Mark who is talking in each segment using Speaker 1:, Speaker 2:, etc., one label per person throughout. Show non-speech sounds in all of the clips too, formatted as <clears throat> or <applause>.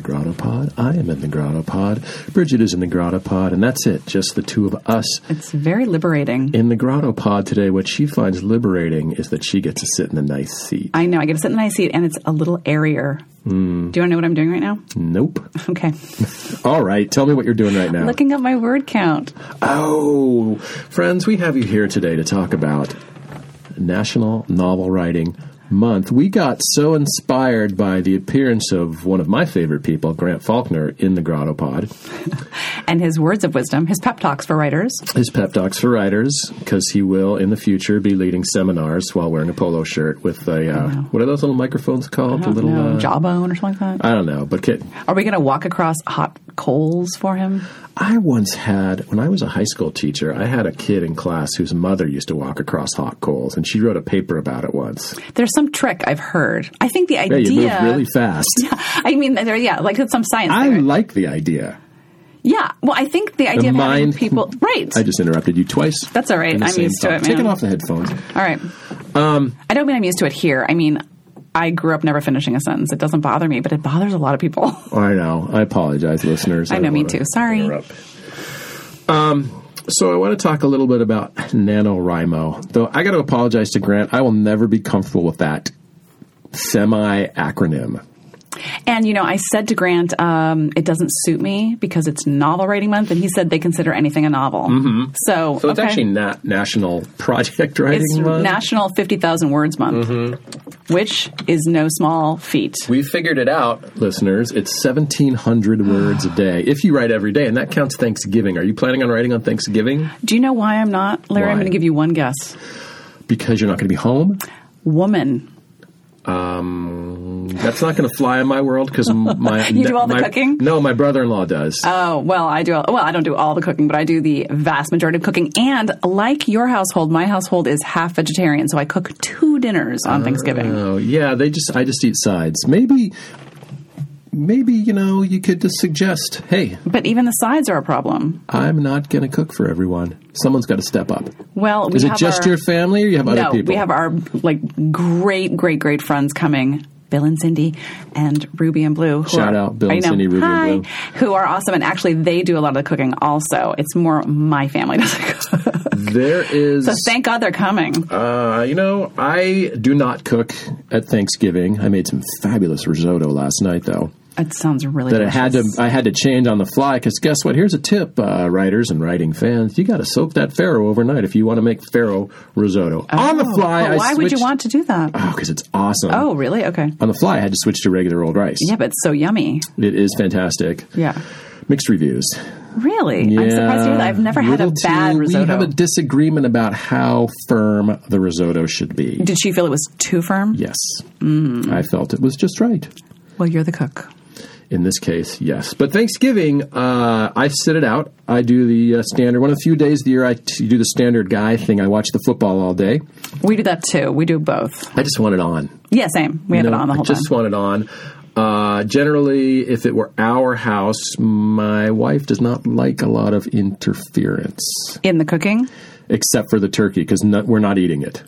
Speaker 1: Pod. I am in the Grotto Pod. Bridget is in the Grotto Pod, and that's it. Just the two of us
Speaker 2: It's very liberating.
Speaker 1: in the Grotto Pod today. What she finds liberating is that she gets to sit in a nice seat.
Speaker 2: I know. I get to sit in a nice seat, and it's a little airier.
Speaker 1: Hmm.
Speaker 2: Do you want to know what I'm doing right now?
Speaker 1: Nope.
Speaker 2: Okay.
Speaker 1: All right, tell me what you're doing right now.
Speaker 2: Looking up my word count.
Speaker 1: Oh, friends, we have you here today to talk about National Novel Writing Month. We got so inspired by the appearance of one of my favorite people, Grant Faulkner, in the Grotto Pod,
Speaker 2: And his words of wisdom, his pep talks for writers.
Speaker 1: his pep talks for writers, because he will in the future be leading seminars while wearing a polo shirt with a uh, what are those little microphones called?
Speaker 2: I
Speaker 1: the
Speaker 2: don't
Speaker 1: little
Speaker 2: know,
Speaker 1: uh,
Speaker 2: Oh, jawbone or something like that.
Speaker 1: I don't know, but kid,
Speaker 2: Are we going to walk across hot coals for him?
Speaker 1: I once had, when I was a high school teacher, I had a kid in class whose mother used to walk across hot coals, and she wrote a paper about it once.
Speaker 2: There's some trick I've heard. I think the
Speaker 1: Yeah,
Speaker 2: idea.
Speaker 1: you move really
Speaker 2: <laughs>
Speaker 1: fast.
Speaker 2: I mean, there, yeah, like it's some science.
Speaker 1: I
Speaker 2: there.
Speaker 1: like the idea.
Speaker 2: yeah. Well, I think the idea of having
Speaker 1: mind-
Speaker 2: people. Right.
Speaker 1: I just interrupted you twice.
Speaker 2: That's all right.
Speaker 1: in the
Speaker 2: I'm
Speaker 1: same
Speaker 2: used to
Speaker 1: talk.
Speaker 2: it, man.
Speaker 1: Take it off the headphones.
Speaker 2: All right.
Speaker 1: Um,
Speaker 2: I don't mean I'm used to it here. I mean, I grew up never finishing a sentence. It doesn't bother me, but it bothers a lot of people. <laughs>
Speaker 1: I know. I apologize, listeners.
Speaker 2: I know,
Speaker 1: don't
Speaker 2: me
Speaker 1: wanna
Speaker 2: too. Sorry.
Speaker 1: interrupt. Um, so I want to talk a little bit about NaNoWriMo. Though I got to apologize to Grant. I will never be comfortable with that semi acronym.
Speaker 2: And you know, I said to Grant, um, it doesn't suit me because it's novel writing month, and he said they consider anything a novel. Mm-hmm. So,
Speaker 1: So it's
Speaker 2: okay.
Speaker 1: actually not National Project Writing
Speaker 2: It's
Speaker 1: Month. Mm-hmm.
Speaker 2: National Fifty Thousand Words Month, which is no small feat.
Speaker 1: we figured it out, listeners. It's 1,700 words a day. If you write every day, and that counts Thanksgiving. Are you planning on writing on Thanksgiving?
Speaker 2: Do you know why I'm not, Larry? I'm
Speaker 1: Why?
Speaker 2: going to give you one guess.
Speaker 1: Because you're not going to be home?
Speaker 2: Woman.
Speaker 1: That's not going to fly in my world because my
Speaker 2: <laughs> You do all the
Speaker 1: my-
Speaker 2: cooking?
Speaker 1: No, my brother-in-law does.
Speaker 2: Oh well, I do. All, well, I don't do all the cooking, but I do the vast majority of cooking. And like your household, my household is half vegetarian, so I cook two dinners on Thanksgiving.
Speaker 1: oh yeah, they just I just eat sides. Maybe, maybe you know you could just suggest, hey,
Speaker 2: But even the sides are a problem.
Speaker 1: I'm not going to cook for everyone. Someone's got to step up.
Speaker 2: Well, we
Speaker 1: Is it
Speaker 2: have
Speaker 1: just
Speaker 2: our,
Speaker 1: your family, or you have other
Speaker 2: no,
Speaker 1: people?
Speaker 2: we have our like great, great, great friends coming. Bill and Cindy and Ruby and Blue. Who
Speaker 1: Shout
Speaker 2: are,
Speaker 1: out Bill
Speaker 2: I
Speaker 1: and
Speaker 2: know.
Speaker 1: Cindy, Ruby and
Speaker 2: Hi,
Speaker 1: Blue.
Speaker 2: Who are awesome, and actually they do a lot of the cooking. Also, it's more my family <laughs> does the cook. <laughs>
Speaker 1: there is.
Speaker 2: So thank God they're coming.
Speaker 1: Uh, you know, I do not cook at Thanksgiving. I made some fabulous risotto last night, though.
Speaker 2: That sounds really.
Speaker 1: that I had to
Speaker 2: delicious.
Speaker 1: I had to change on the fly because guess what? Here's a tip, uh, writers and writing fans: you got to soak that farro overnight if you want to make farro risotto on the fly.
Speaker 2: Oh, But
Speaker 1: I
Speaker 2: why would you
Speaker 1: switched-
Speaker 2: want to do that?
Speaker 1: Oh, because it's awesome.
Speaker 2: Oh, really? Okay.
Speaker 1: On the fly, I had to switch to regular old rice.
Speaker 2: Yeah, but it's so yummy.
Speaker 1: It is fantastic.
Speaker 2: Yeah.
Speaker 1: Mixed reviews.
Speaker 2: Really?
Speaker 1: Yeah,
Speaker 2: I'm surprised to hear that. I've never had a
Speaker 1: Little
Speaker 2: bad
Speaker 1: too- We
Speaker 2: risotto.
Speaker 1: have a disagreement about how firm the risotto should be.
Speaker 2: Did she feel it was too firm?
Speaker 1: Yes,
Speaker 2: Mm.
Speaker 1: I felt it was just right.
Speaker 2: Well, you're the cook.
Speaker 1: In this case, yes. But Thanksgiving, uh, I sit it out. I do the uh, standard. One of the few days of the year I t- do the standard guy thing. I watch the football all day.
Speaker 2: We do that too. We do both.
Speaker 1: I just want it on.
Speaker 2: Yeah, same. We have
Speaker 1: No,
Speaker 2: it on the whole
Speaker 1: I just
Speaker 2: time.
Speaker 1: want it on. Uh, generally, if it were our house, my wife does not like a lot of interference,
Speaker 2: In the cooking?
Speaker 1: except for the turkey because no, we're not eating it.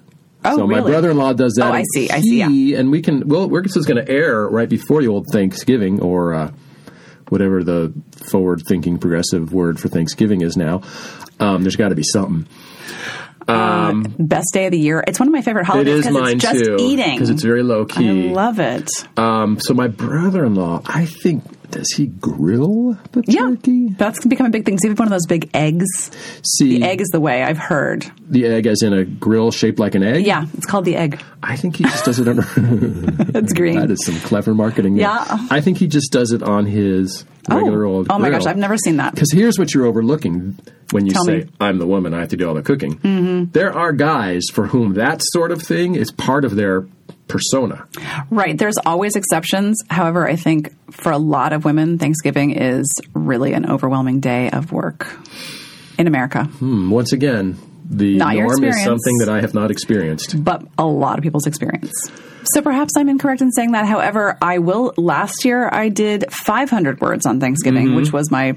Speaker 2: Oh,
Speaker 1: so my
Speaker 2: really?
Speaker 1: brother-in-law does that.
Speaker 2: Oh, I
Speaker 1: and
Speaker 2: see, I see, yeah.
Speaker 1: he- And we can. Well, we're, this is going to air right before the old Thanksgiving or uh, whatever the forward-thinking progressive word for Thanksgiving is now. Um, there's got to be something.
Speaker 2: Best day of the year. It's one of my favorite
Speaker 1: It
Speaker 2: holidays
Speaker 1: is
Speaker 2: because
Speaker 1: mine
Speaker 2: it's just
Speaker 1: too
Speaker 2: eating.
Speaker 1: because it's very low
Speaker 2: I
Speaker 1: key.
Speaker 2: love it.
Speaker 1: um, so my brother-in-law, I think, does he grill the
Speaker 2: Yeah.
Speaker 1: turkey?
Speaker 2: That's become a big thing. See, if one of those big eggs.
Speaker 1: See,
Speaker 2: Egg is the way I've heard.
Speaker 1: the egg as in a grill shaped like an egg.
Speaker 2: Yeah, it's called the egg.
Speaker 1: I think he just does it
Speaker 2: <laughs>
Speaker 1: under.
Speaker 2: It's green.
Speaker 1: that is some clever marketing. there.
Speaker 2: Yeah.
Speaker 1: I think he just does it on his regular
Speaker 2: oh,
Speaker 1: old.
Speaker 2: oh my gosh,
Speaker 1: grill.
Speaker 2: I've never
Speaker 1: <laughs>
Speaker 2: seen that.
Speaker 1: Because here's what you're overlooking when you
Speaker 2: Tell
Speaker 1: say,
Speaker 2: me. Mm-hmm.
Speaker 1: I'm the woman, I have to do all the cooking. There are guys for whom that sort of thing is part of their persona.
Speaker 2: Right. There's always exceptions. However, I think for a lot of women, Thanksgiving is really an overwhelming day of work in America.
Speaker 1: Hmm, Once again, the
Speaker 2: Not your
Speaker 1: norm is
Speaker 2: experience.
Speaker 1: something that I have not experienced.
Speaker 2: But a lot of people's experience. So perhaps I'm incorrect in saying that. However, I will. Last year, I did 500 words on Thanksgiving, which was my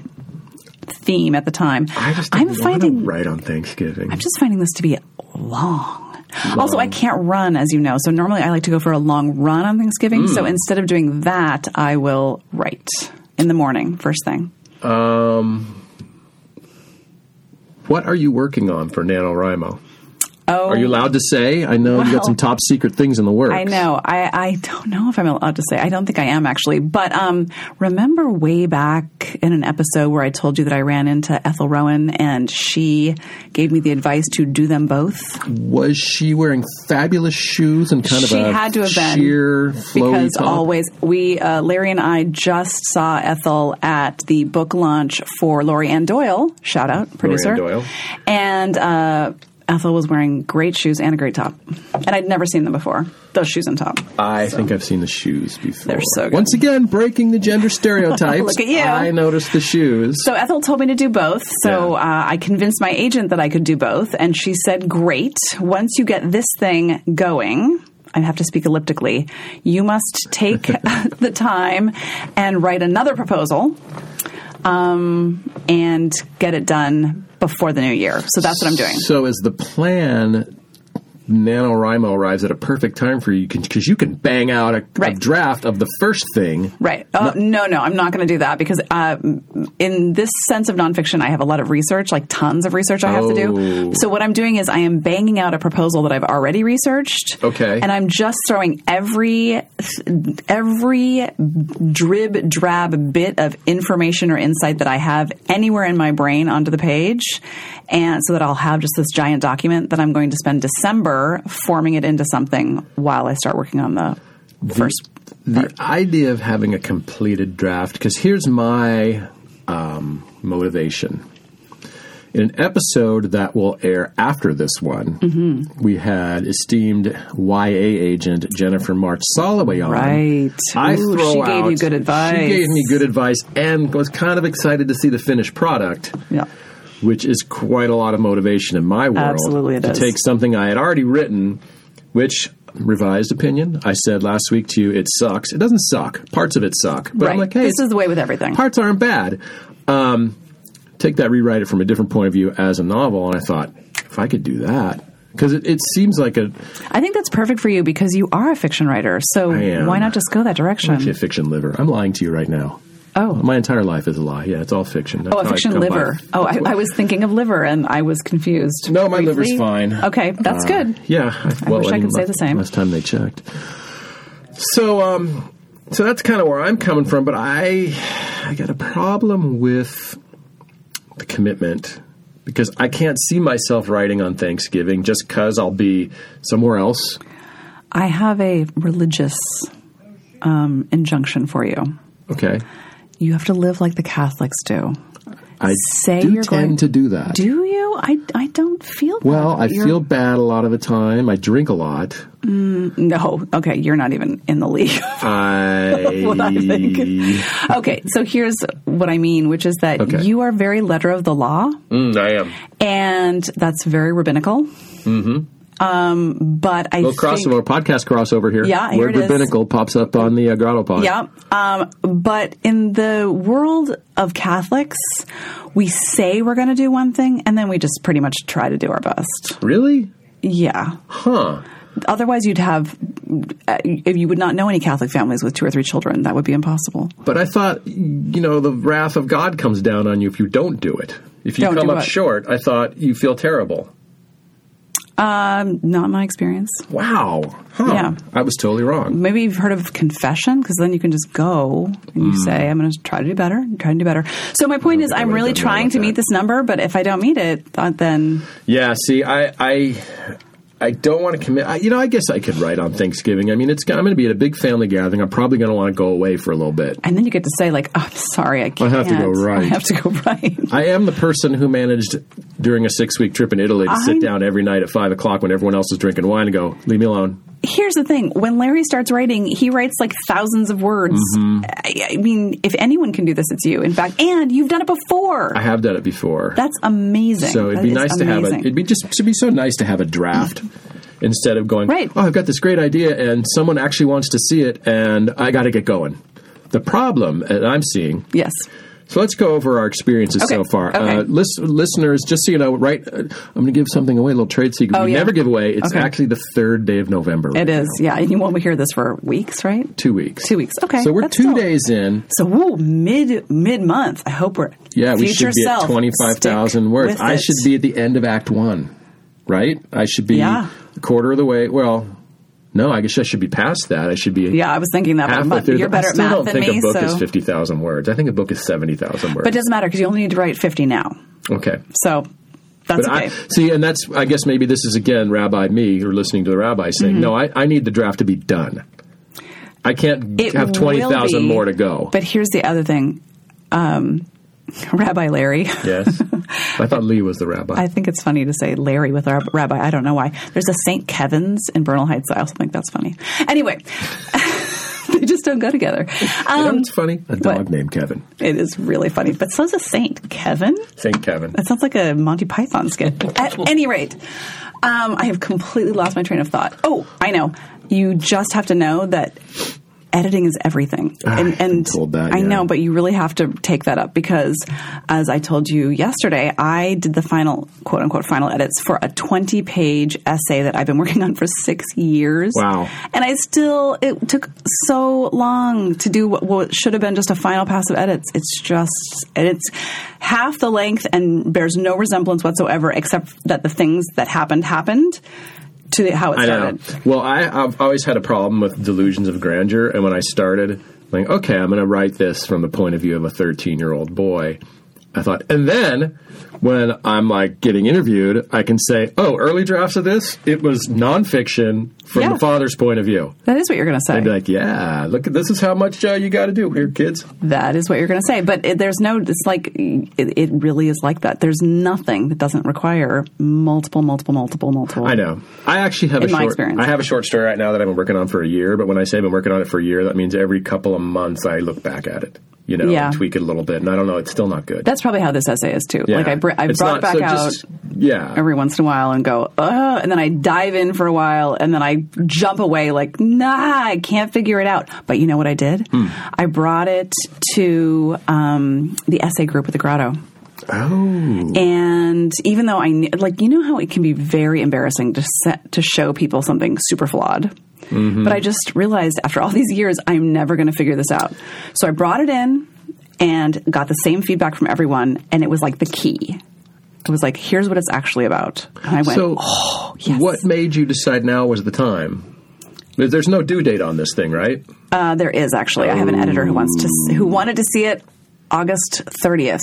Speaker 2: theme at the time.
Speaker 1: Mm-hmm. I just
Speaker 2: I'm
Speaker 1: don't want to
Speaker 2: finding
Speaker 1: right on Thanksgiving.
Speaker 2: I'm just finding this to be long. Also, I can't run, as you know. So
Speaker 1: Mm.
Speaker 2: normally, I like to go for a long run on Thanksgiving. So instead of doing that, I will write. in the morning, first thing.
Speaker 1: What are you working on for NaNoWriMo?
Speaker 2: Oh,
Speaker 1: Are you allowed to say? I know you got
Speaker 2: Well-
Speaker 1: some top secret things in the works.
Speaker 2: I know. I, I don't know if I'm allowed to say. I don't think I am actually. But um, remember way back in an episode where I told you that I ran into Ethel Rowan and she gave me the advice to do them both
Speaker 1: Was she wearing fabulous shoes and kind
Speaker 2: She
Speaker 1: of a
Speaker 2: had to have been,
Speaker 1: sheer flowy
Speaker 2: because
Speaker 1: top?
Speaker 2: always we uh, Larry and I just saw Ethel at the book launch for Laurie Ann Doyle. Shout out producer
Speaker 1: Doyle.
Speaker 2: and. Uh, Ethel was wearing great shoes and a great top, and I'd never seen them before. Those shoes and top.
Speaker 1: I think I've seen the shoes before.
Speaker 2: They're so good.
Speaker 1: Once again, breaking the gender stereotypes.
Speaker 2: <laughs> Look at you.
Speaker 1: I noticed the shoes.
Speaker 2: So Ethel told me to do both.
Speaker 1: Yeah.
Speaker 2: So uh, I convinced my agent that I could do both, and she said, "Great. Once you get this thing going." I have to speak elliptically. You must take the time and write another proposal um, and get it done before the new year. So that's what I'm doing.
Speaker 1: So is the plan NaNoWriMo arrives at a perfect time for you because you can bang out a, a
Speaker 2: Right.
Speaker 1: draft of the first thing.
Speaker 2: Right. Oh, no, no, I'm not going to do that because uh, in this sense of nonfiction, I have a lot of research, like tons of research I have to
Speaker 1: Oh.
Speaker 2: do. So what I'm doing is I am banging out a proposal that I've already researched.
Speaker 1: Okay.
Speaker 2: And I'm just throwing every every drib drab bit of information or insight that I have anywhere in my brain onto the page, and so that I'll have just this giant document that I'm going to spend December forming it into something while I start working on the first
Speaker 1: The idea of having a completed draft, because here's my um, motivation. In an episode that will air after this one,
Speaker 2: Mm-hmm.
Speaker 1: we had esteemed YA agent Jennifer March Soloway on.
Speaker 2: Right.
Speaker 1: I
Speaker 2: Ooh,
Speaker 1: throw
Speaker 2: she gave
Speaker 1: out-
Speaker 2: you good advice.
Speaker 1: She gave me good advice and was kind of excited to see the finished product.
Speaker 2: Yeah.
Speaker 1: which is quite a lot of motivation in my world.
Speaker 2: Absolutely it
Speaker 1: to
Speaker 2: is.
Speaker 1: take something I had already written, which revised opinion. I said last week to you, it sucks. It doesn't suck. Parts of it suck, but
Speaker 2: right.
Speaker 1: I'm like, hey,
Speaker 2: this is the way with everything.
Speaker 1: parts aren't bad. Um, take that, rewrite it from a different point of view as a novel, and I thought if I could do that. Because it, it seems like a,
Speaker 2: I think that's perfect for you because you are a fiction writer. So
Speaker 1: am.
Speaker 2: why not just go that
Speaker 1: a
Speaker 2: direction?
Speaker 1: fiction liver. I'm lying to you right now.
Speaker 2: Oh,
Speaker 1: My entire life is a lie. Yeah, it's all fiction. That's
Speaker 2: oh, a
Speaker 1: how I
Speaker 2: fiction
Speaker 1: come by-
Speaker 2: liver. Oh, I, I was thinking of liver and I was confused.
Speaker 1: No, my liver's
Speaker 2: Briefly.
Speaker 1: fine.
Speaker 2: Okay, that's
Speaker 1: Uh,
Speaker 2: good.
Speaker 1: Yeah. I, well,
Speaker 2: wish I
Speaker 1: mean,
Speaker 2: could say
Speaker 1: la-
Speaker 2: the same.
Speaker 1: Last time they checked. So, um, so that's kind of where I'm coming from, but I, I got a problem with the commitment because I can't see myself writing on Thanksgiving just because I'll be somewhere else.
Speaker 2: I have a religious um, injunction for you.
Speaker 1: Okay.
Speaker 2: You have to live like the Catholics do.
Speaker 1: I
Speaker 2: Say
Speaker 1: do
Speaker 2: you're
Speaker 1: tend
Speaker 2: going-
Speaker 1: to do that.
Speaker 2: Do you? I, I don't feel. that.
Speaker 1: well, I
Speaker 2: You're-
Speaker 1: feel bad a lot of the time. I drink a
Speaker 2: <laughs>
Speaker 1: lot.
Speaker 2: no. Okay, you're not even in the league. <laughs>
Speaker 1: I,
Speaker 2: What I think. okay, so here's what I mean, which is that
Speaker 1: Okay.
Speaker 2: you are very letter of the law,
Speaker 1: Mm, I am.
Speaker 2: and that's very rabbinical. Mm-hmm. Um, but I
Speaker 1: Well, crossover,
Speaker 2: think,
Speaker 1: podcast crossover here.
Speaker 2: Yeah, here
Speaker 1: Word
Speaker 2: it is.
Speaker 1: rabbinical pops up on the uh, Grotto Pod.
Speaker 2: yeah. Um, but in the world of Catholics, we say we're going to do one thing, and then we just pretty much try to do our best.
Speaker 1: Really?
Speaker 2: Yeah.
Speaker 1: Huh.
Speaker 2: Otherwise, you'd have uh, you would not know any Catholic families with two or three children. That would be impossible.
Speaker 1: But I thought, you know, the wrath of God comes down on you if you don't do it. If you
Speaker 2: Don't
Speaker 1: come
Speaker 2: do
Speaker 1: up
Speaker 2: what?
Speaker 1: short, I thought you feel terrible.
Speaker 2: Not my experience.
Speaker 1: Wow. Huh.
Speaker 2: Yeah.
Speaker 1: I was totally wrong.
Speaker 2: maybe you've heard of confession because then you can just go and
Speaker 1: Hmm.
Speaker 2: you say, I'm going to try to do better, and try to do better. So my point is,
Speaker 1: think I
Speaker 2: I'm
Speaker 1: would've
Speaker 2: really
Speaker 1: done well
Speaker 2: trying
Speaker 1: with
Speaker 2: to meet
Speaker 1: that.
Speaker 2: this number, but if I don't meet it, th- then
Speaker 1: Yeah. See, I, I, I don't want to commit. I, you know, I guess I could write on Thanksgiving. I mean, it's. I'm going to be at a big family gathering. I'm probably going to want to go away for a little bit.
Speaker 2: and then you get to say like, oh, I'm sorry, I can't.
Speaker 1: have to go right."
Speaker 2: I have to go <laughs> right.
Speaker 1: I am the person who managed during a six week trip in Italy to
Speaker 2: I-
Speaker 1: sit down every night at five o'clock when everyone else is drinking wine and go, "Leave me alone."
Speaker 2: Here's the thing: when Larry starts writing, he writes like thousands of words.
Speaker 1: Mm-hmm.
Speaker 2: I, I mean, if anyone can do this, it's you. In fact, and you've done it before.
Speaker 1: I have done it before.
Speaker 2: That's amazing.
Speaker 1: So it'd
Speaker 2: That
Speaker 1: be
Speaker 2: is
Speaker 1: nice to have it.
Speaker 2: amazing.
Speaker 1: It'd be just should be so nice to have a
Speaker 2: <laughs>
Speaker 1: draft instead of going.
Speaker 2: Right.
Speaker 1: Oh, I've got this great idea, and someone actually wants to see it, and I got to get going. The problem that I'm seeing
Speaker 2: yes.
Speaker 1: So let's go over our experiences
Speaker 2: Okay.
Speaker 1: so far.
Speaker 2: Okay.
Speaker 1: Uh, lis- listeners, just so you know, right? uh, I'm going to give something away, a little trade secret.
Speaker 2: Oh,
Speaker 1: we
Speaker 2: yeah.
Speaker 1: never give away. It's
Speaker 2: Okay.
Speaker 1: actually the third day of November.
Speaker 2: It is, yeah. And you won't hear this for weeks, right?
Speaker 1: Two weeks.
Speaker 2: Two weeks. Okay,
Speaker 1: So we're
Speaker 2: that's
Speaker 1: two
Speaker 2: still-
Speaker 1: days in.
Speaker 2: So woo, mid mid month. I hope we're
Speaker 1: Yeah, we
Speaker 2: future
Speaker 1: should be
Speaker 2: self,
Speaker 1: at 25,000
Speaker 2: stick
Speaker 1: words.
Speaker 2: with
Speaker 1: I
Speaker 2: it.
Speaker 1: should be at the end of Act One, right? I should be
Speaker 2: Yeah.
Speaker 1: a quarter of the way. Well, no, I guess I should be past that. I should be
Speaker 2: Yeah, I was thinking that. But
Speaker 1: halfway
Speaker 2: month-
Speaker 1: through.
Speaker 2: you're
Speaker 1: the-
Speaker 2: better
Speaker 1: I
Speaker 2: at
Speaker 1: still
Speaker 2: math
Speaker 1: don't
Speaker 2: than
Speaker 1: think
Speaker 2: me,
Speaker 1: a book
Speaker 2: so
Speaker 1: is 50,000 words. I think a book is 70,000 words.
Speaker 2: but it doesn't matter because you only need to write 50 now.
Speaker 1: okay.
Speaker 2: So that's
Speaker 1: But
Speaker 2: okay.
Speaker 1: I, see, and that's, I guess maybe this is again, Rabbi me, or listening to the rabbi saying,
Speaker 2: Mm-hmm.
Speaker 1: no, I, I need the draft to be done. I can't
Speaker 2: It
Speaker 1: have
Speaker 2: will
Speaker 1: 20,000
Speaker 2: be,
Speaker 1: more to go.
Speaker 2: But here's the other thing, um, <laughs> Rabbi Larry. <laughs>
Speaker 1: yes. I thought Lee was the rabbi.
Speaker 2: I think it's funny to say Larry with our rabbi. I don't know why. There's a St. Kevin's in Bernal Heights. I also think that's funny. Anyway, <laughs> they just don't go together.
Speaker 1: you know
Speaker 2: Um,
Speaker 1: what's funny? A dog
Speaker 2: what?
Speaker 1: named Kevin.
Speaker 2: it is really funny. But so's a St. Kevin.
Speaker 1: St. Kevin.
Speaker 2: That sounds like a Monty Python skit.
Speaker 1: <laughs>
Speaker 2: At any rate, um, I have completely lost my train of thought. Oh, I know. You just have to know that editing is everything.
Speaker 1: Ah, I've been told that,
Speaker 2: I
Speaker 1: yeah.
Speaker 2: know, but you really have to take that up because, as I told you yesterday, I did the final, quote unquote, final edits for a 20 page essay that I've been <laughs> working on for six years.
Speaker 1: Wow.
Speaker 2: And I still, it took so long to do what, what should have been just a final pass of edits. It's just, and it's half the length and bears no resemblance whatsoever, except that the things that happened happened to the, how it
Speaker 1: I
Speaker 2: started.
Speaker 1: know. Well, I, I've always had a problem with delusions of grandeur, and when I started, like, okay, I'm going to write this from the point of view of a 13 year old boy. I thought, and then when I'm like getting interviewed, I can say, oh, early drafts of this, it was nonfiction from
Speaker 2: Yeah.
Speaker 1: the father's point of view.
Speaker 2: That is what you're going to say.
Speaker 1: I'd be like, yeah, look, at this is how much uh, you got to do here, kids.
Speaker 2: That is what you're going to say. But it, there's no, it's like, it, it really is like that. There's nothing that doesn't require multiple, multiple, multiple, multiple.
Speaker 1: I know. I actually have
Speaker 2: In
Speaker 1: a
Speaker 2: my
Speaker 1: short.
Speaker 2: experience.
Speaker 1: I have a short story right now that I've been working on for a year. But when I say I've been working on it for a year, that means every couple of months I look back at it, you know,
Speaker 2: Yeah.
Speaker 1: and tweak it a little bit. And I don't know, it's still not good.
Speaker 2: That's probably how this essay is too. Like I, br- I
Speaker 1: It's
Speaker 2: brought
Speaker 1: not-
Speaker 2: back
Speaker 1: so
Speaker 2: out.
Speaker 1: just- yeah.
Speaker 2: every once in a while and go, uh, and then I dive in for a while and then I jump away like, nah, I can't figure it out. But you know what I did? I brought it to um, the essay group at the grotto.
Speaker 1: oh.
Speaker 2: And even though I knew, like, you know how it can be very embarrassing to set, to show people something super flawed. But I just realized after all these years, I'm never going to figure this out. So I brought it in and got the same feedback from everyone, and it was like the key. It was like, here's what it's actually about. And I went, "Oh,
Speaker 1: So,
Speaker 2: yes.
Speaker 1: what made you decide now was the time? There- There's no due date on this thing, right?
Speaker 2: Uh, there is actually. I have an editor who wants to who wanted to see it August 30th.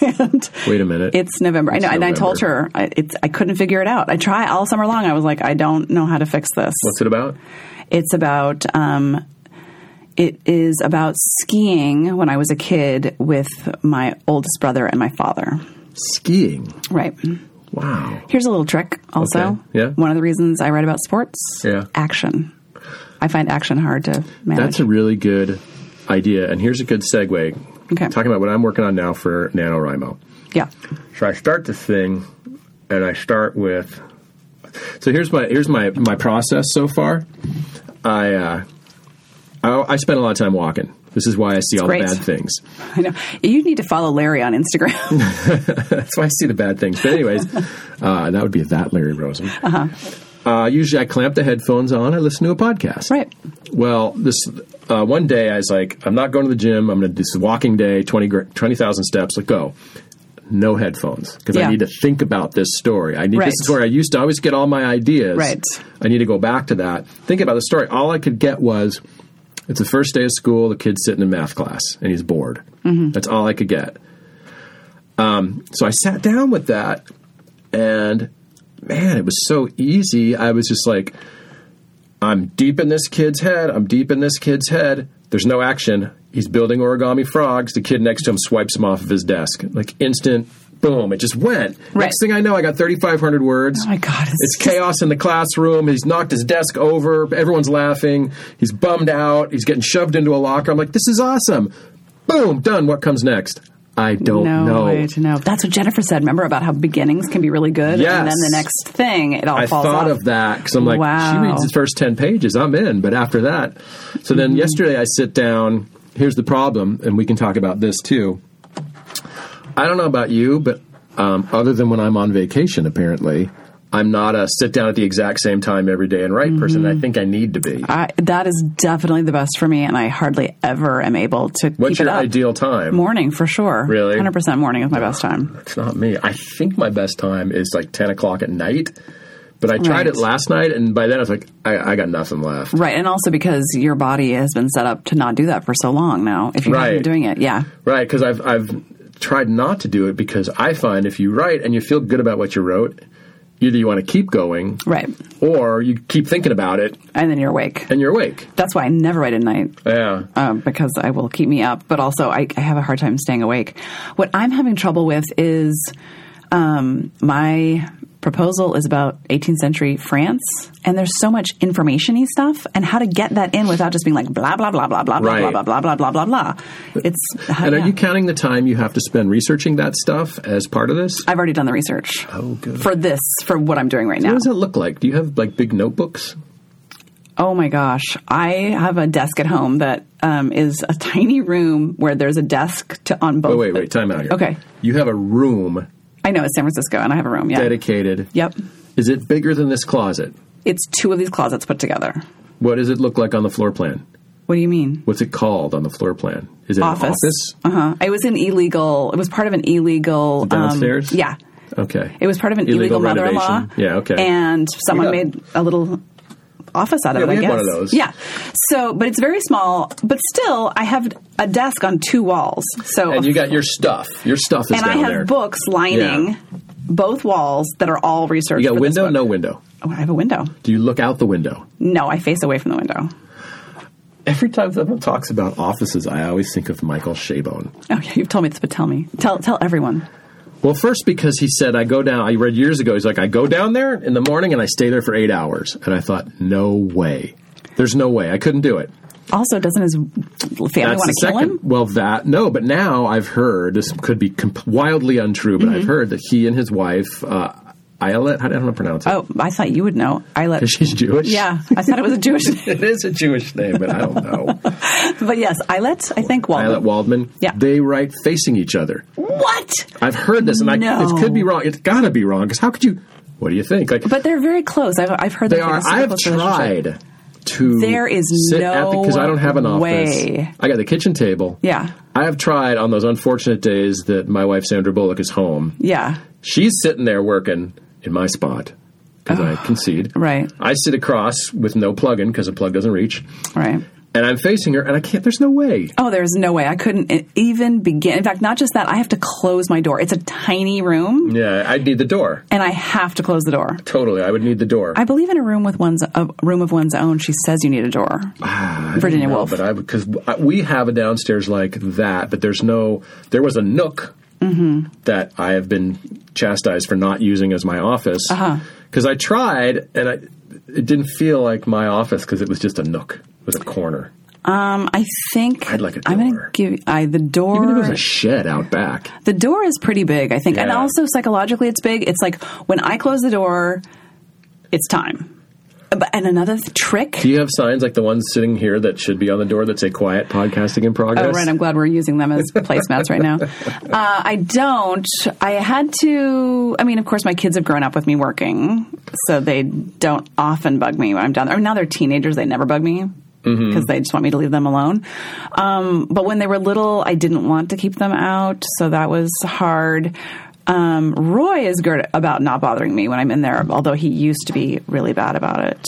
Speaker 2: <laughs> and
Speaker 1: Wait a minute.
Speaker 2: it's November. I know, and I told her I, it's, I couldn't figure it out. I try all summer long. I was like, I don't know how to fix this.
Speaker 1: What's it about?
Speaker 2: It's about um, it is about skiing when I was a kid with my oldest brother and my father.
Speaker 1: Skiing.
Speaker 2: Right.
Speaker 1: Wow.
Speaker 2: Here's a little trick. Also,
Speaker 1: Okay. Yeah.
Speaker 2: one of the reasons I write about sports,
Speaker 1: Yeah.
Speaker 2: action. I find action hard to manage.
Speaker 1: That's a really good idea. And here's a good segue.
Speaker 2: Okay.
Speaker 1: Talking about what I'm working on now for NaNoWriMo.
Speaker 2: yeah.
Speaker 1: So I start this thing, and I start with. So here's my here's my my process so far. I uh, I, I spend a lot of time walking. This is why I see all
Speaker 2: great.
Speaker 1: the bad things. <laughs>
Speaker 2: I know. You need to follow Larry on Instagram.
Speaker 1: That's why I see the bad things. But anyways,
Speaker 2: <laughs>
Speaker 1: uh, that would be that Larry Rosen. Uh, usually, I clamp the headphones on. I listen to a podcast.
Speaker 2: Uh-huh. Right. Oh
Speaker 1: Well, this uh, one day I was like, I'm not going to the gym. I'm going to do this walking day, 20 gr- 20,000 steps. Like, go. No headphones because
Speaker 2: Yeah.
Speaker 1: I need to think about this story. I need
Speaker 2: Right.
Speaker 1: this is where I used to always get all my ideas.
Speaker 2: Right.
Speaker 1: I need to go back to that. Think about the story. All I could get was it's the first day of school. The kid's sitting in math class and he's bored.
Speaker 2: Mm-hmm.
Speaker 1: That's all I could get. Um, so I sat down with that, and man, it was so easy. I was just like, I'm deep in this kid's head. I'm deep in this kid's head. There's no action. He's building origami frogs. The kid next to him swipes him off of his desk. Like instant, boom! It just went.
Speaker 2: Right.
Speaker 1: Next thing I know, I got 3,500 words.
Speaker 2: Oh my God,
Speaker 1: It's
Speaker 2: it's,
Speaker 1: chaos in the classroom. He's knocked his desk over. Everyone's laughing. He's bummed out. He's getting shoved into a locker. I'm like, this is awesome. Boom, done. What comes next? I don't
Speaker 2: no
Speaker 1: know.
Speaker 2: way to know. That's what Jennifer said. Remember about how beginnings can be really good,
Speaker 1: Yes.
Speaker 2: and then the next thing it all
Speaker 1: I
Speaker 2: falls
Speaker 1: thought
Speaker 2: off.
Speaker 1: of that because I'm like,
Speaker 2: Wow.
Speaker 1: she reads the first 10 pages, I'm in. But after
Speaker 2: Mm-hmm.
Speaker 1: that, so then yesterday I sit down. Here's the problem, and we can talk about this too. I don't know about you, but um, other than when I'm on vacation, apparently, I'm not a sit down at the exact same time every day and write person.
Speaker 2: Mm-hmm.
Speaker 1: I think I need to be.
Speaker 2: I, that is definitely the best for me, and I hardly ever am able to
Speaker 1: What's
Speaker 2: keep
Speaker 1: your
Speaker 2: it up.
Speaker 1: ideal time?
Speaker 2: Morning for sure.
Speaker 1: Really?
Speaker 2: 100% morning is my best time.
Speaker 1: It's not me. I think my best time is like 10 o'clock at night, but I tried
Speaker 2: Right.
Speaker 1: it last night, and by then I was like, I, I got nothing left.
Speaker 2: Right, and also because your body has been set up to not do that for so long now. If you haven't
Speaker 1: Right.
Speaker 2: been doing it, yeah.
Speaker 1: Right, because I've I've tried not to do it because I find if you write and you feel good about what you wrote, either you want to keep going
Speaker 2: Right.
Speaker 1: or you keep thinking about it
Speaker 2: And then you're awake.
Speaker 1: and you're awake.
Speaker 2: That's why I never write at night.
Speaker 1: Yeah.
Speaker 2: um, because I will keep me up, but also I, I have a hard time staying awake. What I'm having trouble with is um, my proposal is about 18th century France, and there's so much information y stuff, and how to get that in without just being like blah, blah, blah, blah, blah,
Speaker 1: Right.
Speaker 2: blah, blah, blah, blah, blah, blah, blah. It's.
Speaker 1: And are
Speaker 2: yeah.
Speaker 1: you counting the time you have to spend researching that stuff as part of this?
Speaker 2: I've already done the research
Speaker 1: Oh, good.
Speaker 2: for this, for what I'm doing right now.
Speaker 1: What does it look like? Do you have like big notebooks?
Speaker 2: Oh my gosh. I have a desk at home that um, is a <laughs> tiny room where there's a desk to on both.
Speaker 1: Oh, wait, wait, time out here.
Speaker 2: Okay.
Speaker 1: You have a room
Speaker 2: I know it's San Francisco and I have a room. Yeah.
Speaker 1: dedicated.
Speaker 2: Yep.
Speaker 1: Is it bigger than this closet?
Speaker 2: It's two of these closets put together.
Speaker 1: What does it look like on the floor plan?
Speaker 2: What do you mean?
Speaker 1: What's it called on the floor plan? Is it an
Speaker 2: Office.
Speaker 1: office?
Speaker 2: Uh huh. It was an illegal. It was part of an illegal um,
Speaker 1: Downstairs?
Speaker 2: yeah.
Speaker 1: Okay.
Speaker 2: It was part of an
Speaker 1: Illegal
Speaker 2: illegal, mother-in-law.
Speaker 1: renovation. Yeah, okay.
Speaker 2: And someone
Speaker 1: got-
Speaker 2: made a little office out of
Speaker 1: Yeah,
Speaker 2: it.
Speaker 1: we
Speaker 2: I
Speaker 1: had
Speaker 2: guess.
Speaker 1: one of those.
Speaker 2: Yeah. So, but it's very small. But still, I have a desk on two walls. So,
Speaker 1: and you got your stuff. Your stuff is
Speaker 2: and
Speaker 1: down
Speaker 2: I have
Speaker 1: there.
Speaker 2: books lining
Speaker 1: Yeah.
Speaker 2: both walls that are all research.
Speaker 1: You got
Speaker 2: for this
Speaker 1: window?
Speaker 2: book.
Speaker 1: No window.
Speaker 2: Oh, I have a window.
Speaker 1: Do you look out the window?
Speaker 2: No, I face away from the window.
Speaker 1: Every time someone talks about offices, I always think of Michael Shabon.
Speaker 2: Oh yeah, you've told me this, but tell me. Tell tell everyone.
Speaker 1: Well, first because he said I go down. I read years ago. He's like I go down there in the morning and I stay there for eight hours. And I thought, no way. There's no way. I couldn't do it.
Speaker 2: Also, doesn't his family
Speaker 1: That's
Speaker 2: want
Speaker 1: the
Speaker 2: to kill
Speaker 1: second.
Speaker 2: him?
Speaker 1: Well, that no, but now I've heard this could be com- wildly untrue, but
Speaker 2: Mm-hmm.
Speaker 1: I've heard that he and his wife, uh, Islet, how do I don't know how to pronounce it.
Speaker 2: Oh, I thought you would know. I
Speaker 1: <laughs>
Speaker 2: let.
Speaker 1: She's Jewish.
Speaker 2: Yeah, I thought it was a Jewish <laughs> name.
Speaker 1: <laughs> it is a Jewish name, but I don't know.
Speaker 2: But yes, I let, I think, Walden.
Speaker 1: Islet Waldman.
Speaker 2: Yeah.
Speaker 1: They write facing each other.
Speaker 2: What?
Speaker 1: I've heard this, and I,
Speaker 2: No.
Speaker 1: it could be wrong. It's got to be wrong because how could you? What do you think? Like
Speaker 2: But they're very close. I've, I've heard
Speaker 1: they
Speaker 2: that
Speaker 1: are.
Speaker 2: This is a
Speaker 1: I have
Speaker 2: close relationship.
Speaker 1: tried to.
Speaker 2: There is
Speaker 1: sit at the because I don't have an
Speaker 2: no
Speaker 1: office.
Speaker 2: way.
Speaker 1: I got the kitchen table.
Speaker 2: Yeah.
Speaker 1: I have tried on those unfortunate days that my wife Sandra Bullock is home.
Speaker 2: Yeah.
Speaker 1: She's sitting there working in my spot because I concede.
Speaker 2: Right.
Speaker 1: I sit across with no plug-in because the plug doesn't reach,
Speaker 2: Right.
Speaker 1: and I'm facing her, and I can't. There's no way.
Speaker 2: Oh, there's no way. I couldn't e- even begin. In fact, not just that. I have to close my door. It's a tiny room,
Speaker 1: Yeah, I'd need the door.
Speaker 2: and I have to close the door.
Speaker 1: Totally, I would need the door.
Speaker 2: I believe in a room with one's a room of one's own. She says you need a door. Virginia
Speaker 1: No,
Speaker 2: Woolf.
Speaker 1: but I because we have a downstairs like that, but there's no. There was a nook that I have been chastised for not using as my office
Speaker 2: Uh-huh.
Speaker 1: because I tried and I it didn't feel like my office because it was just a nook with a corner.
Speaker 2: Um, I think
Speaker 1: I'd like a
Speaker 2: I'm
Speaker 1: door.
Speaker 2: gonna give I the door.
Speaker 1: Even if it was a shed out back.
Speaker 2: The door is pretty big, I think. And
Speaker 1: Yeah.
Speaker 2: also psychologically, it's big. It's like when I close the door, it's time. But- And another th- trick.
Speaker 1: Do you have signs like the ones sitting here that should be on the door that say "Quiet Podcasting in Progress"?
Speaker 2: Oh, right. I'm glad we're using them as placemats right now. Uh, I don't. I had to. I mean, of course, my kids have grown up with me working, so they don't often bug me when I'm down there. I mean, now they're teenagers; they never bug me because they just want me to leave them alone. Um, but when they were little, I didn't want to keep them out, so that was hard. Um, Roy is good about not bothering me when I'm in there, although he used to be really bad about it.